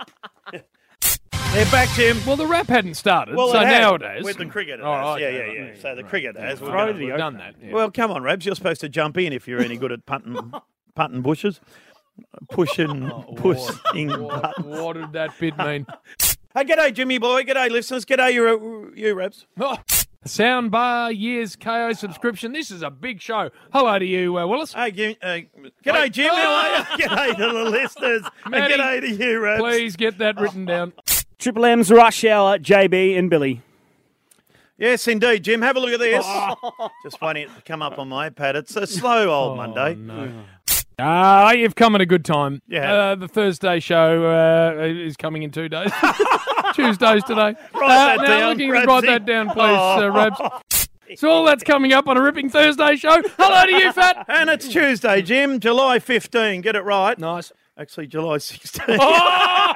Speaker 2: They're back, Tim.
Speaker 1: Well, the rap hadn't started,
Speaker 2: Well,
Speaker 1: so
Speaker 2: it had
Speaker 1: nowadays
Speaker 2: with the cricket,
Speaker 1: All right,
Speaker 2: yeah, yeah,
Speaker 1: okay,
Speaker 2: yeah.
Speaker 1: right,
Speaker 2: So the
Speaker 1: right.
Speaker 2: cricket
Speaker 1: Yeah,
Speaker 2: has
Speaker 1: we've
Speaker 2: we've
Speaker 1: done-
Speaker 2: done,
Speaker 1: we've done that, yeah.
Speaker 2: Well, come on, Rabs, you're supposed to jump in if you're any good at punting, punting bushes, pushing,
Speaker 1: Oh,
Speaker 2: pushing.
Speaker 1: What, what did that bid mean?
Speaker 2: Hey, g'day, Jimmy boy. G'day, listeners. G'day, you, you Rabs.
Speaker 1: Soundbar years KO subscription. This is a big show. Hello to you, uh, Willis.
Speaker 2: Hey, G'day, Jim. How are you? G'day to the listeners. And
Speaker 1: Matty,
Speaker 2: g'day to you, Rabs.
Speaker 1: Please get that written down.
Speaker 3: Triple M's Rush Hour, JB and Billy.
Speaker 2: Yes, indeed, Jim. Have a look at this. Just waiting it to come up on my iPad. It's a slow old Monday.
Speaker 1: Ah, you've come at a good time.
Speaker 2: Yeah.
Speaker 1: Uh, the Thursday show uh, is coming in two days. Tuesday's today. Uh,
Speaker 2: Write that
Speaker 1: now
Speaker 2: down,
Speaker 1: looking to write
Speaker 2: Rabsy.
Speaker 1: that down, please,
Speaker 2: Oh.
Speaker 1: uh, Rabs. So all that's coming up on a ripping Thursday show. Hello to you, Fat.
Speaker 2: And it's Tuesday, Jim. July 15. Get it right.
Speaker 1: Nice.
Speaker 2: Actually, July 16. Oh!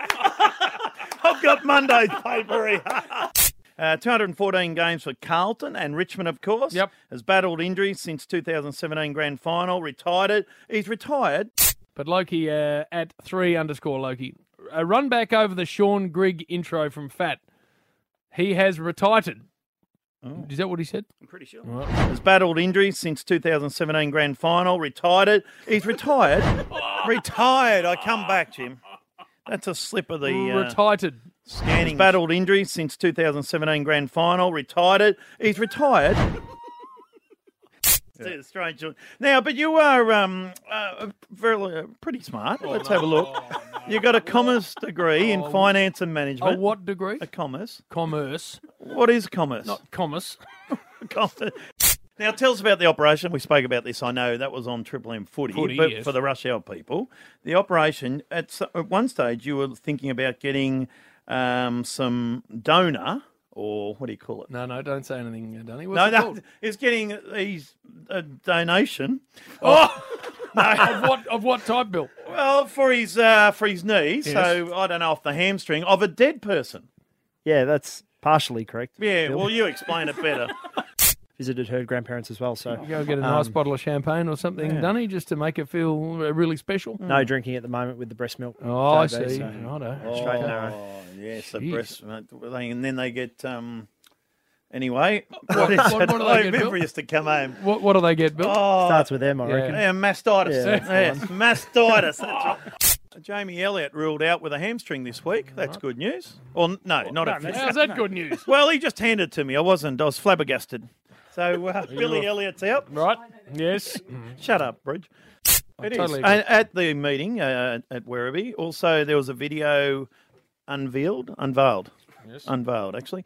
Speaker 2: I've got Monday's paper here. Uh, 214 games for Carlton and Richmond, of course. Yep. Has battled injuries since 2017 grand final. Retired. it. He's retired.
Speaker 1: But Loki uh, at three underscore Loki. A run back over the Sean Grigg intro from Fat. He has retired.
Speaker 2: Oh.
Speaker 1: Is that what he said?
Speaker 2: I'm pretty sure. Has battled injuries since 2017 grand final. Retired. it. He's retired. retired. I come back, Jim. That's a slip of the uh,
Speaker 1: Retired.
Speaker 2: He's battled injuries since 2017 grand final. Retired. it. He's retired. It's a strange. one. Now, but you are um, uh, very, uh, pretty smart.
Speaker 1: Oh,
Speaker 2: Let's have a look. You got a commerce degree in finance and management.
Speaker 1: A what degree? A
Speaker 2: commerce.
Speaker 1: Commerce.
Speaker 2: What is commerce?
Speaker 1: Not commerce.
Speaker 2: commerce. Now, tell us about the operation. We spoke about this. I know that was on Triple M Footy,
Speaker 1: Footy,
Speaker 2: but
Speaker 1: yes.
Speaker 2: for the rush hour people, the operation at, s- at one stage you were thinking about getting um, some donor or what do you call it?
Speaker 1: No, no, don't say anything, Danny. What's
Speaker 2: No,
Speaker 1: it
Speaker 2: no,
Speaker 1: called?
Speaker 2: it's getting these a donation.
Speaker 1: Oh,
Speaker 2: No.
Speaker 1: of what of what type, Bill?
Speaker 2: Well, for his uh, for his knee,
Speaker 1: Yes.
Speaker 2: so I don't know off the hamstring of a dead person.
Speaker 19: Yeah, that's partially correct.
Speaker 2: Yeah,
Speaker 19: Bill.
Speaker 2: well, you explain it better.
Speaker 19: visited her grandparents as well. So
Speaker 1: Go get a nice
Speaker 19: um,
Speaker 1: bottle of champagne or something,
Speaker 19: yeah.
Speaker 1: Dunny, just to make it feel uh, really special.
Speaker 3: Oh. Mm.
Speaker 19: No drinking at the moment with the breast milk.
Speaker 1: Oh, I
Speaker 19: JB,
Speaker 1: see.
Speaker 19: so-
Speaker 1: Righto.
Speaker 19: Straight and narrow.
Speaker 2: Oh, yes, the
Speaker 19: Jeez.
Speaker 2: breast. And then they get. Um, anyway,
Speaker 1: What-
Speaker 2: is
Speaker 1: what- what
Speaker 2: it?
Speaker 1: do they
Speaker 2: I
Speaker 1: get,
Speaker 2: remember
Speaker 1: Bill?
Speaker 2: used to come home.
Speaker 1: What, what do they get, Bill?
Speaker 2: Oh,
Speaker 19: Starts with M, I
Speaker 2: yeah.
Speaker 19: reckon.
Speaker 2: Yeah, mastitis.
Speaker 19: Yeah, that's the
Speaker 2: yes,
Speaker 19: one.
Speaker 2: mastitis. That's right. Jamie Elliott ruled out with a hamstring this week. That's good news. Or n- no, not at first.
Speaker 1: How's that good news?
Speaker 2: Well, he just handed it to me. I wasn't. I was flabbergasted. So uh, Billy Elliott's out.
Speaker 1: Right. Yes.
Speaker 2: Shut up, Bridge. It is.
Speaker 1: totally agree.
Speaker 2: And at the meeting uh, at Werribee, also there was a video unveiled, unveiled, unveiled actually.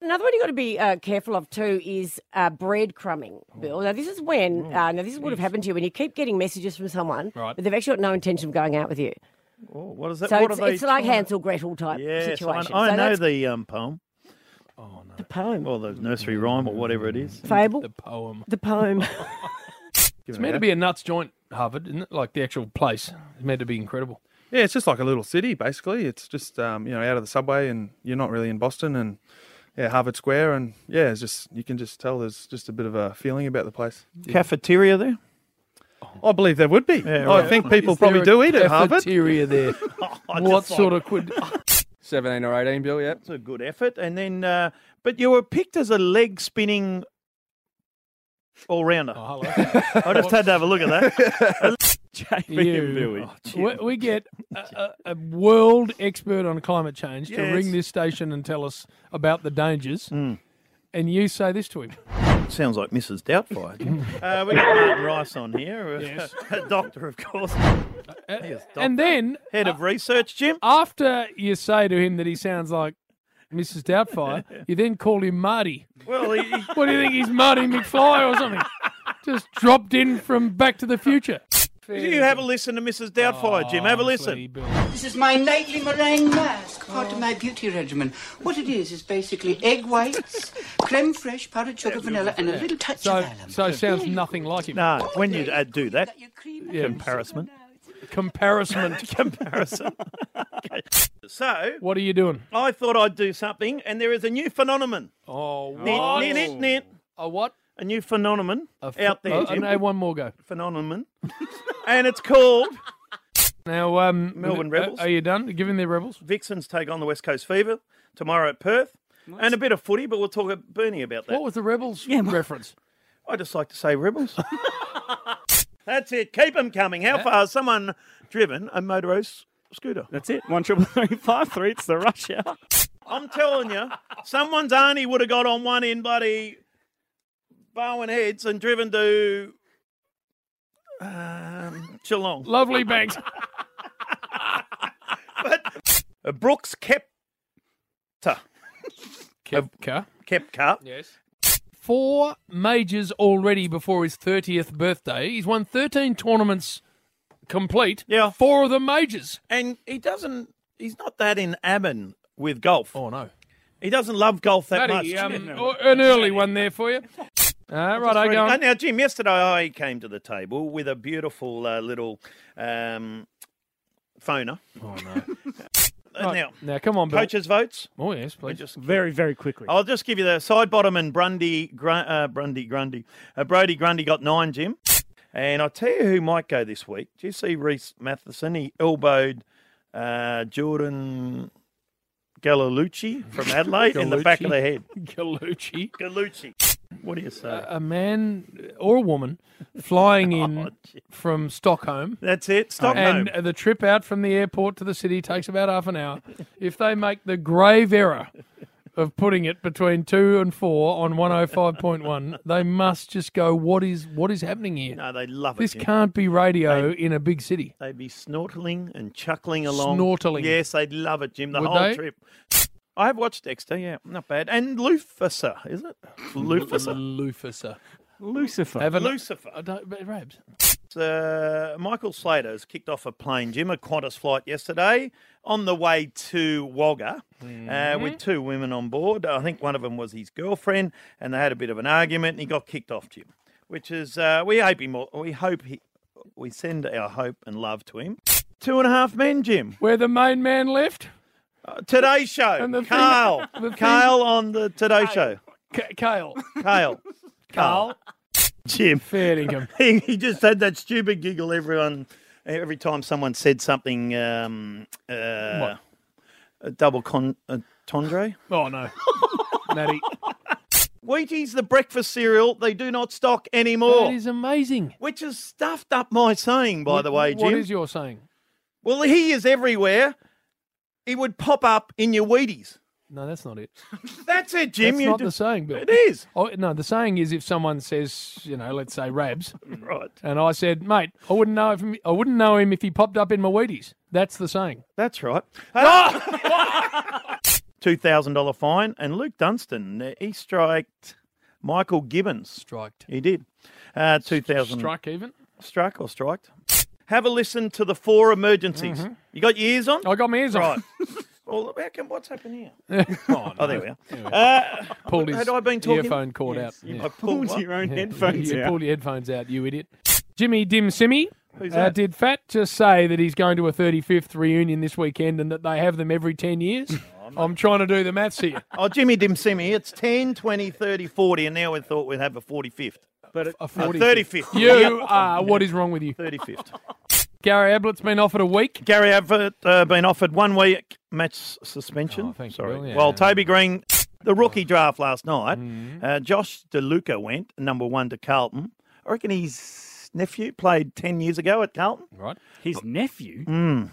Speaker 20: Another one you got to be uh, careful of too is uh, breadcrumbing,
Speaker 2: Oh.
Speaker 20: Bill. Now this is when uh, now this would have happened to you when you keep getting messages from someone,
Speaker 2: Mm. Right.
Speaker 20: but they've actually got no intention of going out with you.
Speaker 2: Oh, what is that?
Speaker 20: so
Speaker 2: what
Speaker 20: it's,
Speaker 2: are they
Speaker 20: it's like
Speaker 2: talking about?
Speaker 20: Hansel Gretel type
Speaker 2: Yes,
Speaker 20: situation.
Speaker 2: I, I
Speaker 20: so
Speaker 2: know
Speaker 20: that's
Speaker 2: the um, poem. Oh no. Mm.
Speaker 20: The poem.
Speaker 2: Well, the nursery rhyme or whatever it is.
Speaker 20: fable.
Speaker 1: The poem.
Speaker 20: The poem.
Speaker 1: It's meant to be a nuts joint, Harvard, isn't it? Like the actual place. It's meant to be incredible.
Speaker 8: Yeah, it's just like a little city, basically. It's just um, you know out of the subway, and you're not really in Boston, and yeah, Harvard Square, and yeah, it's just you can just tell there's just a bit of a feeling about the place.
Speaker 2: Cafeteria there.
Speaker 8: I believe there would be. I
Speaker 2: right.
Speaker 8: think people
Speaker 2: Is
Speaker 8: probably
Speaker 2: there a
Speaker 8: do eat at Harvard.
Speaker 1: Cafeteria there.
Speaker 2: What sort
Speaker 1: of quid?
Speaker 2: Seventeen or eighteen, Bill. Yeah, it's a good effort. And then, uh, but you were picked as a leg spinning all rounder. I just had to have a look at that.
Speaker 1: You- we, we get a, a, a world expert on climate change to
Speaker 2: Yes. Mm.
Speaker 1: ring this station and tell us about the dangers, and you say this to him.
Speaker 2: Sounds like Mrs. Doubtfire. uh, we got Martin Rice on here, yes. a doctor, of course. He is
Speaker 1: And then
Speaker 2: head of research, Jim.
Speaker 1: After you say to him that he sounds like Mrs. Doubtfire, you then call him Marty.
Speaker 2: Well, he,
Speaker 1: What do you think he's Marty McFly or something? Just dropped in from Back to the Future.
Speaker 2: You have a listen to Mrs. Doubtfire, Jim. Have a listen.
Speaker 21: This is my nightly meringue mask, part of my beauty regimen. What it is is basically egg whites, creme fraiche, powdered sugar, vanilla, and a little touch
Speaker 1: So,
Speaker 21: of alum.
Speaker 1: so it sounds nothing like him.
Speaker 2: No, when you uh, do that, comparison.
Speaker 1: Comparison.
Speaker 2: Comparison. So,
Speaker 1: what are you doing?
Speaker 2: I thought I'd do something, and there is a new phenomenon.
Speaker 1: Oh,
Speaker 2: Nit, nit, nit, nit.
Speaker 1: A what?
Speaker 2: A new phenomenon out there.
Speaker 1: oh,
Speaker 2: Jim.
Speaker 1: no, one more go.
Speaker 2: Phenomenon. and it's called
Speaker 1: Now, um,
Speaker 2: Melbourne
Speaker 1: uh,
Speaker 2: Rebels.
Speaker 1: Are you done? Giving their Rebels?
Speaker 2: Vixens take on the West Coast Fever tomorrow at Perth. And a bit of footy, but we'll talk to Bernie about that.
Speaker 1: What was the Rebels reference?
Speaker 2: I just like to say Rebels. That's it. Keep them coming. How far has someone driven a motorized scooter?
Speaker 3: That's it. One triple three five three. It's the rush hour.
Speaker 2: I'm telling you, someone's auntie would have got on one in bloody Bowen Heads and driven to um, Geelong.
Speaker 1: Lovely banks.
Speaker 2: but Brooks Kepta.
Speaker 1: Kepka.
Speaker 2: Kepka.
Speaker 1: Yes. Four majors already before his 30th birthday. He's won 13 tournaments complete.
Speaker 2: Yeah.
Speaker 1: Four of them majors.
Speaker 2: And he doesn't, he's not that in Ammon with golf. Oh,
Speaker 1: no.
Speaker 2: He doesn't love golf that
Speaker 1: Matty,
Speaker 2: much.
Speaker 1: um, an early one there for you. Uh, right, I
Speaker 2: Just
Speaker 1: go
Speaker 2: reading-
Speaker 1: on.
Speaker 2: Oh, Now, Jim, yesterday I came to the table with a beautiful uh, little um, phoner.
Speaker 1: Oh, no.
Speaker 2: And now,
Speaker 1: Now, come on, Bill.
Speaker 2: coaches' votes.
Speaker 1: Oh, yes, please.
Speaker 2: Just,
Speaker 19: Very, very quickly.
Speaker 2: I'll just give you the side bottom and Grundy, Gr- uh, Brundy, Grundy. Uh, Brody Grundy got nine, Jim. And I'll tell you who might go this week. Do you see Reese Matheson? He elbowed uh, Jordan Gallucci from Adelaide in the back of the head.
Speaker 1: Galucci.
Speaker 2: Gallucci. What do you say?
Speaker 1: A man or a woman flying in
Speaker 2: Oh,
Speaker 1: from Stockholm.
Speaker 2: That's it, Stockholm.
Speaker 1: And the trip out from the airport to the city takes about half an hour. If they make the grave error of putting it between two and four on 105.1, they must just go, what is what is happening here?
Speaker 2: no, they love it.
Speaker 1: this
Speaker 2: Jim.
Speaker 1: can't be radio in a big city.
Speaker 2: They'd be snortling and chuckling along.
Speaker 1: Snortling.
Speaker 2: Yes, they'd love it, Jim, the
Speaker 1: Would
Speaker 2: whole
Speaker 1: they?
Speaker 2: trip. I have watched Dexter, yeah, not bad. And Lucifer, is it? Lucifer.
Speaker 1: Lucifer.
Speaker 3: Lucifer.
Speaker 1: Have a-
Speaker 2: Lucifer.
Speaker 1: I don't, but Rabs.
Speaker 2: Uh, Michael Slater has kicked off a plane, Jim, a Qantas flight yesterday on the way to Wagga uh,
Speaker 1: Mm-hmm.
Speaker 2: with two women on board. I think one of them was his girlfriend, and they had a bit of an argument, and he got kicked off, Jim. Which is uh, we hope him. We hope he. We send our hope and love to him. Two and a half men, Jim.
Speaker 1: Where the main man left?
Speaker 2: Today show.
Speaker 1: And the thing-
Speaker 2: Carl.
Speaker 1: the thing-
Speaker 2: Carl on the Today show.
Speaker 1: K- Kale.
Speaker 2: Carl.
Speaker 1: Carl.
Speaker 2: Jim.
Speaker 1: Fair dinkum.
Speaker 2: he, he just had that stupid giggle everyone every time someone said something um uh a double con a tendre.
Speaker 1: Oh, no. Matty.
Speaker 2: Wheaties the breakfast cereal they do not stock
Speaker 1: That
Speaker 2: anymore.
Speaker 1: is amazing.
Speaker 2: which has stuffed up my saying, Oh. by the way, Jim.
Speaker 1: What is your saying?
Speaker 2: Well, he is everywhere. He would pop up in your Wheaties.
Speaker 1: No, that's not it.
Speaker 2: That's it, Jim.
Speaker 1: That's
Speaker 2: you
Speaker 1: not
Speaker 2: do-
Speaker 1: the saying, Bill.
Speaker 2: It is.
Speaker 1: Oh, no, the saying is if someone says, you know, let's say Rabs,
Speaker 2: Right.
Speaker 1: and I said, mate, I wouldn't know if I wouldn't know him if he popped up in my Wheaties. That's the saying.
Speaker 2: That's right. Ah! Two thousand dollar fine, and Luke Dunstan uh, he striked Michael Gibbons.
Speaker 1: Striked.
Speaker 2: He did. Uh, Two thousand
Speaker 1: Strike Mm-hmm. even.
Speaker 2: struck or striked. Have a listen to the four emergencies. You got your ears on?
Speaker 1: I got my ears
Speaker 2: right.
Speaker 1: Mm-hmm. Oh, on.
Speaker 2: Well, how come, what's happened here?
Speaker 1: oh,
Speaker 2: Oh, there we are.
Speaker 1: Anyway.
Speaker 2: Uh,
Speaker 1: Pulled his
Speaker 2: had I been talking?
Speaker 1: earphone cord out.
Speaker 2: you
Speaker 1: Yeah.
Speaker 2: I pulled Oh, what?
Speaker 3: own
Speaker 1: Yeah, you pulled your headphones out, you idiot. Jimmy Dim Simmy.
Speaker 2: Who's
Speaker 1: Uh,
Speaker 2: that?
Speaker 1: did Fat just say that he's going to a 35th reunion this weekend and that they have them every 10 years? I'm trying to do the maths here.
Speaker 2: Oh, Jimmy Dimsimi. It's 10, 20, 30, 40, and now we thought we'd have a Uh, 45th.
Speaker 3: But it,
Speaker 1: A
Speaker 2: A
Speaker 1: 40.
Speaker 2: 35th.
Speaker 1: You are. What is wrong with you?
Speaker 2: 35th.
Speaker 1: Gary Ablett's been offered a week.
Speaker 2: Gary Abbott uh, been offered one week match s- suspension.
Speaker 1: thank you,
Speaker 2: Sorry.
Speaker 1: Bill. Yeah,
Speaker 2: While
Speaker 1: yeah.
Speaker 2: Toby Green, the rookie draft last night, uh, Josh DeLuca went number one to Carlton. I reckon his nephew played 10 years ago at Carlton.
Speaker 1: Right.
Speaker 3: his nephew.
Speaker 2: Mm.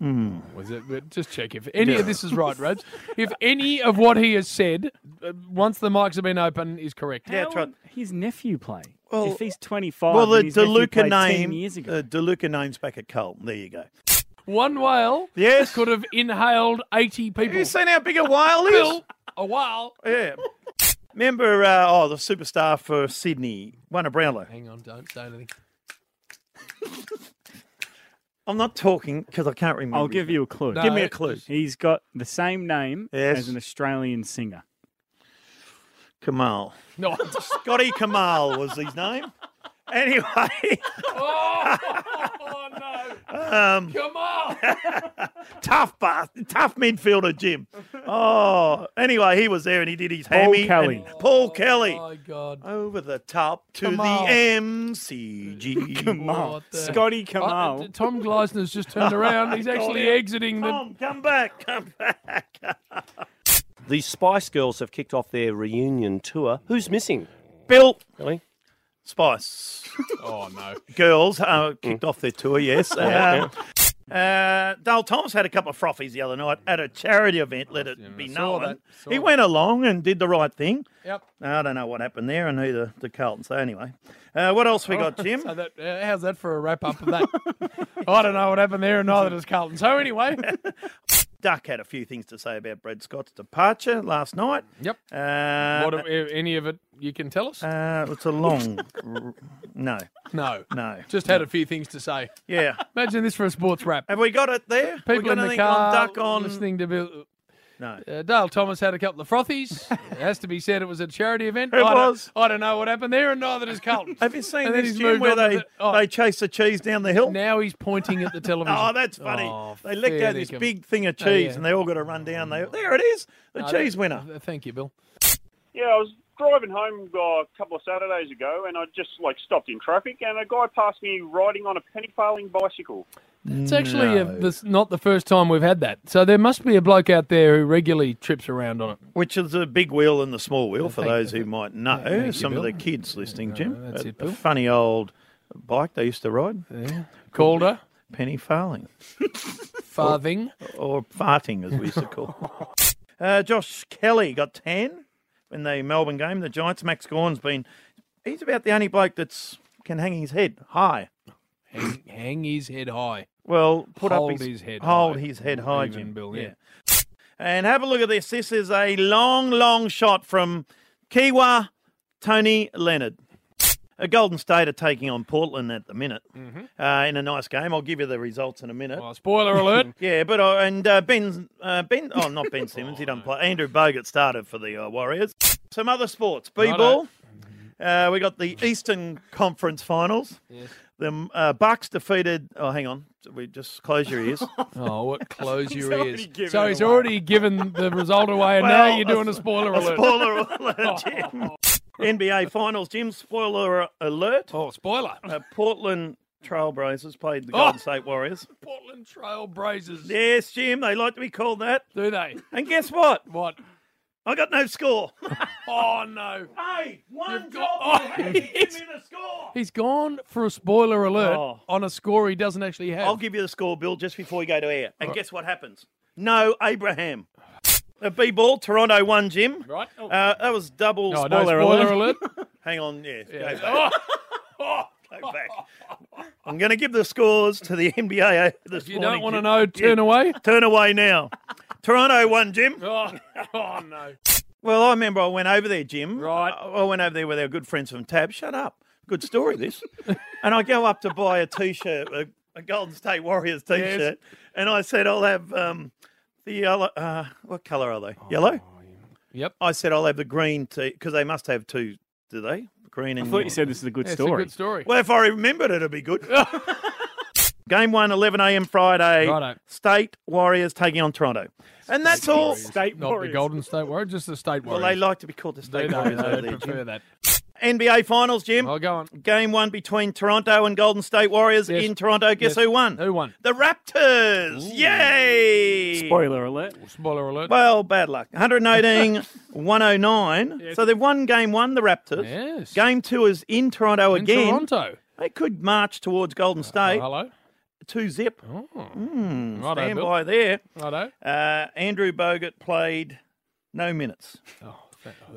Speaker 2: Mm.
Speaker 1: Was it? but Just check if any of this is right, Rabs. If any of what he has said, uh, once the mics have been open, is correct.
Speaker 2: Yeah,
Speaker 3: How
Speaker 2: that's right.
Speaker 3: would his nephew play?
Speaker 2: Well-
Speaker 3: if he's 25
Speaker 2: well, the
Speaker 3: and his nephew
Speaker 2: DeLuca
Speaker 3: played 10
Speaker 2: name, uh,
Speaker 3: years ago.
Speaker 2: the DeLuca name's back at Carlton. There you go.
Speaker 1: One whale
Speaker 2: Yes.
Speaker 1: could have inhaled 80
Speaker 2: Have you
Speaker 1: people.
Speaker 2: seen how big a whale is?
Speaker 1: Bill, a whale.
Speaker 2: Yeah. Remember, uh, oh, the superstar for Sydney, one of Brownlow.
Speaker 1: Hang on, don't say anything.
Speaker 2: I'm not talking because I can't remember.
Speaker 3: I'll
Speaker 2: his
Speaker 3: give
Speaker 2: name.
Speaker 3: you a clue.
Speaker 2: Give me a clue.
Speaker 3: He's got the same name
Speaker 2: Yes.
Speaker 3: as an Australian singer.
Speaker 2: Kamal. No, Scotty Kamal was his name. Anyway.
Speaker 1: Oh,
Speaker 2: Um, tough, ba- tough midfielder, Jim. Oh, anyway, he was there and he did his
Speaker 3: Paul
Speaker 2: hammy. and
Speaker 3: Kelly.
Speaker 2: Paul Kelly. Oh my God. Over the top to
Speaker 1: Kamal.
Speaker 2: the MCG.
Speaker 1: What the- Uh, uh, Tom Gleisner's just turned around. He's actually
Speaker 2: Golly.
Speaker 1: exiting the.
Speaker 2: Tom, come back, come back.
Speaker 6: The Spice Girls have kicked off their reunion tour. Who's missing?
Speaker 2: Bill.
Speaker 6: Really?
Speaker 2: Spice.
Speaker 6: Oh, no.
Speaker 2: Girls uh, kicked off their tour, yes.
Speaker 6: Mm. Yeah,
Speaker 2: Um, uh, Dale Thomas had a couple of frothies the other night at a charity event, let it be
Speaker 1: saw
Speaker 2: known.
Speaker 1: that, saw
Speaker 2: He
Speaker 1: that.
Speaker 2: went along and did the right thing.
Speaker 1: Yep.
Speaker 2: I don't know what happened there and neither the Carlton. So, anyway, uh, what else we got, Jim?
Speaker 1: So that, uh, how's that for a wrap up of that? I don't know what happened there, and neither does Carlton. So anyway,
Speaker 2: Duck had a few things to say about Brad Scott's departure last night.
Speaker 1: Yep.
Speaker 2: Uh,
Speaker 1: what, if any of it you can tell us?
Speaker 2: uh, it's a long. no.
Speaker 1: No.
Speaker 2: No.
Speaker 1: Just had a few things to say.
Speaker 2: Yeah.
Speaker 1: Imagine this for a sports wrap.
Speaker 2: Have we got it there? We
Speaker 1: People
Speaker 2: got
Speaker 1: in the
Speaker 2: anything on
Speaker 1: car
Speaker 2: Duck on-
Speaker 1: listening to Bill.
Speaker 2: No.
Speaker 1: Uh, Dale Thomas had a couple of frothies. it has to be said it was a charity event.
Speaker 2: It
Speaker 1: I
Speaker 2: was.
Speaker 1: Don't, I don't know what happened there, and neither does Carlton.
Speaker 2: Have you seen
Speaker 1: And then
Speaker 2: this,
Speaker 1: he's
Speaker 2: Jim,
Speaker 1: moved
Speaker 2: where
Speaker 1: on to
Speaker 2: they,
Speaker 1: oh.
Speaker 2: they chase the cheese down the hill?
Speaker 1: Now he's pointing at the television.
Speaker 2: Oh, that's funny.
Speaker 1: Oh,
Speaker 2: they licked
Speaker 1: fair
Speaker 2: out this
Speaker 1: dinkum.
Speaker 2: big thing of
Speaker 1: Oh,
Speaker 2: cheese
Speaker 1: yeah. Oh,
Speaker 2: and they all got to run down. They, there it is, the
Speaker 1: No,
Speaker 2: cheese
Speaker 1: that-
Speaker 2: winner.
Speaker 1: th- Uh, Thank you, Bill.
Speaker 22: Yeah, I was driving home uh, a couple of Saturdays ago, and I just like stopped in traffic, and a guy passed me riding on a penny farthing bicycle.
Speaker 1: It's actually uh this, not the first time we've had that. So there must be a bloke out there who regularly trips around on it.
Speaker 2: Which is the big wheel and the small wheel for those who might know.
Speaker 1: thank you,
Speaker 2: Some of
Speaker 1: Bill.
Speaker 2: the kids listening, Jim.
Speaker 1: that's
Speaker 2: a,
Speaker 1: it,
Speaker 2: a
Speaker 1: Bill.
Speaker 2: funny old bike they used to ride.
Speaker 1: Yeah. Calder.
Speaker 2: Penny Farthing.
Speaker 1: Farthing.
Speaker 2: Or, or farting, as we used to call it. Uh, Josh Kelly got 10 in the Melbourne game. The Giants, Max Gorn's been, he's about the only bloke that's can hang his head high.
Speaker 1: Hang, hang his head high.
Speaker 2: Well, put
Speaker 1: Hold
Speaker 2: up his,
Speaker 1: his head
Speaker 2: hold
Speaker 1: high.
Speaker 2: his head high,
Speaker 1: Even
Speaker 2: Jim.
Speaker 1: Bill, yeah.
Speaker 2: And have a look at this. This is a long, long shot from Kiwa Tony Leonard. A Golden State are taking on Portland at the minute
Speaker 1: Mm-hmm.
Speaker 2: uh, in a nice game. I'll give you the results in a minute.
Speaker 1: spoiler alert.
Speaker 2: yeah, but uh, and uh, Ben, uh, Ben, oh not Ben Simmons, he doesn't play. Andrew Bogut started for the uh, Warriors. Some other sports. B ball. Uh, we got the Eastern Conference Finals.
Speaker 1: Yes.
Speaker 2: The uh, Bucks defeated. Oh, hang on. We just close your ears.
Speaker 1: Oh, what close your
Speaker 2: already
Speaker 1: ears.
Speaker 2: given
Speaker 1: So
Speaker 2: it
Speaker 1: he's
Speaker 2: away.
Speaker 1: already given the result away, and now
Speaker 2: Well,
Speaker 1: you're doing a,
Speaker 2: s-
Speaker 1: spoiler
Speaker 2: a
Speaker 1: alert.
Speaker 2: Spoiler alert, Jim. NBA Finals, Jim. Spoiler alert.
Speaker 1: Oh, spoiler.
Speaker 2: Uh, Portland Trailblazers played the
Speaker 1: Oh.
Speaker 2: Golden State Warriors.
Speaker 1: Portland Trail Blazers.
Speaker 2: Yes, Jim. They like to be called that.
Speaker 1: Do they?
Speaker 2: And guess what?
Speaker 1: What?
Speaker 2: I got no score.
Speaker 1: Oh no.
Speaker 2: Hey, one
Speaker 1: got-
Speaker 2: job.
Speaker 1: Oh,
Speaker 2: you had to give me the score.
Speaker 1: He's gone for a spoiler alert
Speaker 2: Oh.
Speaker 1: on a score he doesn't actually have.
Speaker 2: I'll give you the score, Bill, just before we go to air. And guess what happens? No, Abraham. A B ball, Toronto won, Jim.
Speaker 1: Right.
Speaker 2: Uh, that was double
Speaker 1: No, no spoiler
Speaker 2: spoiler, Hang on, yeah. go
Speaker 1: Yeah. Oh.
Speaker 2: back. Oh, Go back. I'm going to give the scores to the NBA. This
Speaker 1: If you don't
Speaker 2: morning,
Speaker 1: want to know,
Speaker 2: Jim.
Speaker 1: turn
Speaker 2: Yeah.
Speaker 1: away.
Speaker 2: Turn away now. Toronto won, Jim.
Speaker 1: Oh, oh no.
Speaker 2: Well, I remember I went over there, Jim. Right. I I went over there with our good friends from Tab. Shut up. Good story, this. and I go up to buy a t shirt, a, a Golden State Warriors t shirt. And I said, I'll have um, the yellow. Uh, what colour are they? Yellow?
Speaker 1: Oh, Yep.
Speaker 2: I said, I'll have the green t because they must have two, do they? Green and
Speaker 3: thought you
Speaker 2: yellow.
Speaker 3: said this is a good Yeah, it's a story. good story.
Speaker 2: Well, if I remembered it, it'd be good. Game one, 11 a.m. Friday.
Speaker 1: Righto.
Speaker 2: State Warriors taking on Toronto. And that's all. State
Speaker 1: Not the Golden State Warriors, just the State
Speaker 2: Well,
Speaker 1: Warriors.
Speaker 2: they like to be called the State
Speaker 1: They know,
Speaker 2: Warriors
Speaker 1: they
Speaker 2: over there,
Speaker 1: prefer
Speaker 2: Jim.
Speaker 1: that.
Speaker 2: NBA Finals, Jim.
Speaker 1: Oh, go on.
Speaker 2: Game one between Toronto and Golden State Warriors
Speaker 1: Yes.
Speaker 2: in Toronto. Guess
Speaker 1: Yes.
Speaker 2: who won?
Speaker 1: Who won?
Speaker 2: The Raptors. Yay!
Speaker 3: Spoiler alert.
Speaker 1: Spoiler alert.
Speaker 2: Well, bad luck. 118, 109. So they've won game one, the Raptors.
Speaker 1: Yes.
Speaker 2: Game two is in Toronto
Speaker 1: In
Speaker 2: again.
Speaker 1: Toronto. Uh, Oh,
Speaker 2: They could march towards Golden State.
Speaker 1: hello.
Speaker 2: Two zip. Mm,
Speaker 1: Righto,
Speaker 2: stand
Speaker 1: Bill.
Speaker 2: by there.
Speaker 1: Righto.
Speaker 2: Uh, Andrew Bogut played no minutes.
Speaker 1: Oh,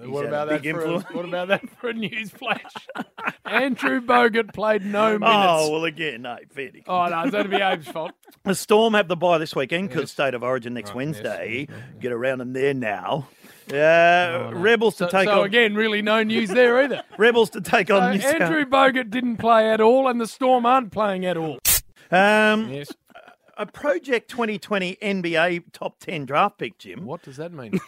Speaker 2: He's
Speaker 1: What
Speaker 2: had a
Speaker 1: about, that
Speaker 2: big
Speaker 1: for a,
Speaker 2: influence.
Speaker 1: what about that for a news flash? Andrew Bogut played no minutes.
Speaker 2: Oh, well, again, no, fair dinkum.
Speaker 1: Oh, no, it's going to be Abe's fault.
Speaker 2: The
Speaker 1: Mm-hmm.
Speaker 2: Storm have the bye this weekend because State of Origin next Wednesday. Get around them there now. Yeah, Rebels to
Speaker 1: So-
Speaker 2: take
Speaker 1: so
Speaker 2: on.
Speaker 1: again, really no news there either.
Speaker 2: Rebels to take
Speaker 1: So
Speaker 2: on New South-
Speaker 1: Andrew Bogut didn't play at all, and the Storm aren't playing at all.
Speaker 2: Um, A Project 2020 NBA top 10 draft pick, Jim. What
Speaker 1: does that mean?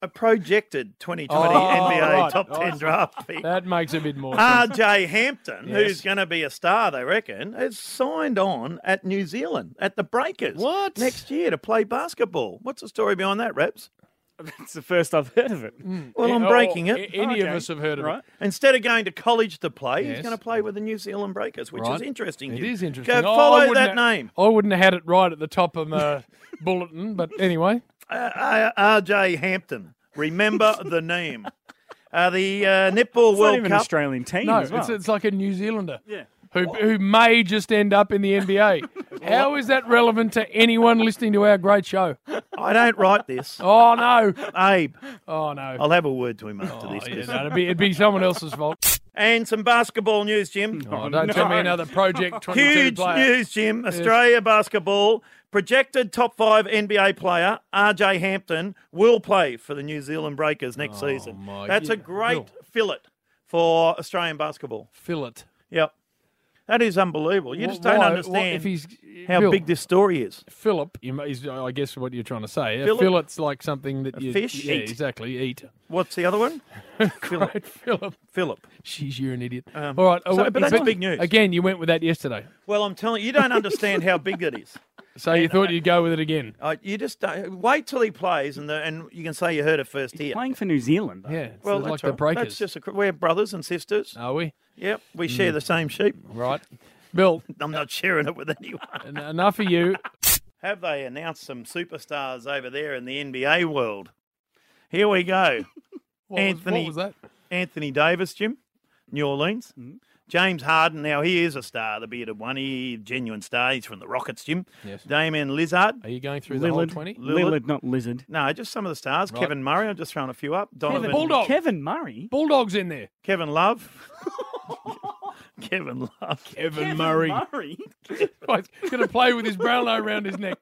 Speaker 2: a projected 2020
Speaker 1: Oh,
Speaker 2: NBA
Speaker 1: right.
Speaker 2: top 10
Speaker 1: Awesome.
Speaker 2: draft pick.
Speaker 1: That makes a bit more sense.
Speaker 2: RJ Hampton,
Speaker 1: Yes.
Speaker 2: who's going to be a star, they reckon, has signed on at New Zealand at the Breakers. What? Next year to play basketball. What's the story behind that, Raps?
Speaker 3: That's the first I've heard of it.
Speaker 1: Mm.
Speaker 2: Well,
Speaker 3: Yeah,
Speaker 2: I'm
Speaker 3: oh,
Speaker 2: breaking it.
Speaker 3: a- any of Okay. us have heard of it. Right.
Speaker 2: Instead of going to college to play,
Speaker 1: Yes.
Speaker 2: he's going to play with the New Zealand Breakers, which
Speaker 1: Right.
Speaker 2: is interesting.
Speaker 1: It
Speaker 2: Jim.
Speaker 1: is interesting.
Speaker 2: Go
Speaker 1: Oh, I
Speaker 2: follow
Speaker 1: wouldn't
Speaker 2: that
Speaker 1: ha-
Speaker 2: name.
Speaker 1: I wouldn't have had it right at the top of my bulletin, but anyway.
Speaker 2: Uh, uh, RJ Hampton. Remember the name. Uh, the uh, Netball
Speaker 1: It's not
Speaker 2: World
Speaker 1: even an
Speaker 2: Cup.
Speaker 1: Australian team No, as well. it's- it's like a New Zealander.
Speaker 2: Yeah.
Speaker 1: Who, who may just end up in the NBA. How is that relevant to anyone listening to our great show?
Speaker 2: I don't write this.
Speaker 1: Oh, no.
Speaker 2: Abe.
Speaker 1: Oh, no.
Speaker 2: I'll have a word to him after this.
Speaker 1: Oh, yeah,
Speaker 2: 'cause-
Speaker 1: no, it'd, be, it'd be someone else's fault.
Speaker 2: And some basketball news, Jim.
Speaker 1: Oh, don't tell me another Project 22
Speaker 2: Huge
Speaker 1: player.
Speaker 2: news, Jim.
Speaker 1: Yes.
Speaker 2: Australia basketball projected top five NBA player RJ Hampton will play for the New Zealand Breakers next
Speaker 1: Oh,
Speaker 2: season. That's a
Speaker 1: goodness.
Speaker 2: great fillet for Australian basketball.
Speaker 1: Fillet.
Speaker 2: Yep. That is unbelievable. You
Speaker 1: Wh-
Speaker 2: just don't
Speaker 1: why- why-
Speaker 2: understand
Speaker 1: if he's-
Speaker 2: how
Speaker 1: Bill.
Speaker 2: big this story is.
Speaker 1: Philip you may- is, I guess, what you're trying to say. A
Speaker 2: Phillip?
Speaker 1: fillet's like something that
Speaker 2: A
Speaker 1: you
Speaker 2: fish?
Speaker 1: Yeah,
Speaker 2: Eat.
Speaker 1: exactly. Eat.
Speaker 2: What's the other one?
Speaker 1: Great Philip.
Speaker 2: Philip.
Speaker 1: She's you're an idiot.
Speaker 2: Um,
Speaker 1: All right.
Speaker 2: so-
Speaker 1: uh,
Speaker 2: but that's big news.
Speaker 1: Again, you went with that yesterday,
Speaker 2: Well, I'm telling you, you don't understand how big that is.
Speaker 1: so you thought you'd go with it again.
Speaker 2: Uh, you just don't, wait till he plays, and the, and you can say you heard it first here.
Speaker 3: Playing for New Zealand. Though.
Speaker 1: Yeah,
Speaker 2: Well,
Speaker 1: like
Speaker 2: that's
Speaker 1: the
Speaker 2: all right.
Speaker 1: breakers.
Speaker 2: That's just a, cr- we're brothers and sisters.
Speaker 1: Are we?
Speaker 2: Yep, we share
Speaker 1: Mm.
Speaker 2: the same sheep.
Speaker 1: Right, Bill.
Speaker 2: I'm not sharing it with anyone.
Speaker 1: Enough of you.
Speaker 2: Have they announced some superstars over there in the NBA world? Here we
Speaker 1: What
Speaker 2: go.
Speaker 1: was- what
Speaker 2: Anthony,
Speaker 1: was that?
Speaker 2: Anthony Davis, Jim, New Orleans. James Harden. Now he is a star, the bearded one. He genuine star. He's from the Rockets, Jim.
Speaker 1: Yes.
Speaker 2: Damien Lizard.
Speaker 1: Are you going through the whole
Speaker 3: Lillard,
Speaker 1: twenty?
Speaker 3: Lillard, not Lizard.
Speaker 2: No, just some of the stars.
Speaker 3: Right.
Speaker 2: Kevin Murray. I'm just throwing a few up. Donovan
Speaker 1: Bulldog.
Speaker 3: Kevin Murray.
Speaker 1: Bulldogs in there.
Speaker 2: Kevin Love. Kevin Love.
Speaker 1: Kevin Murray.
Speaker 3: Murray.
Speaker 1: He's going to play with his Brownlow around his neck.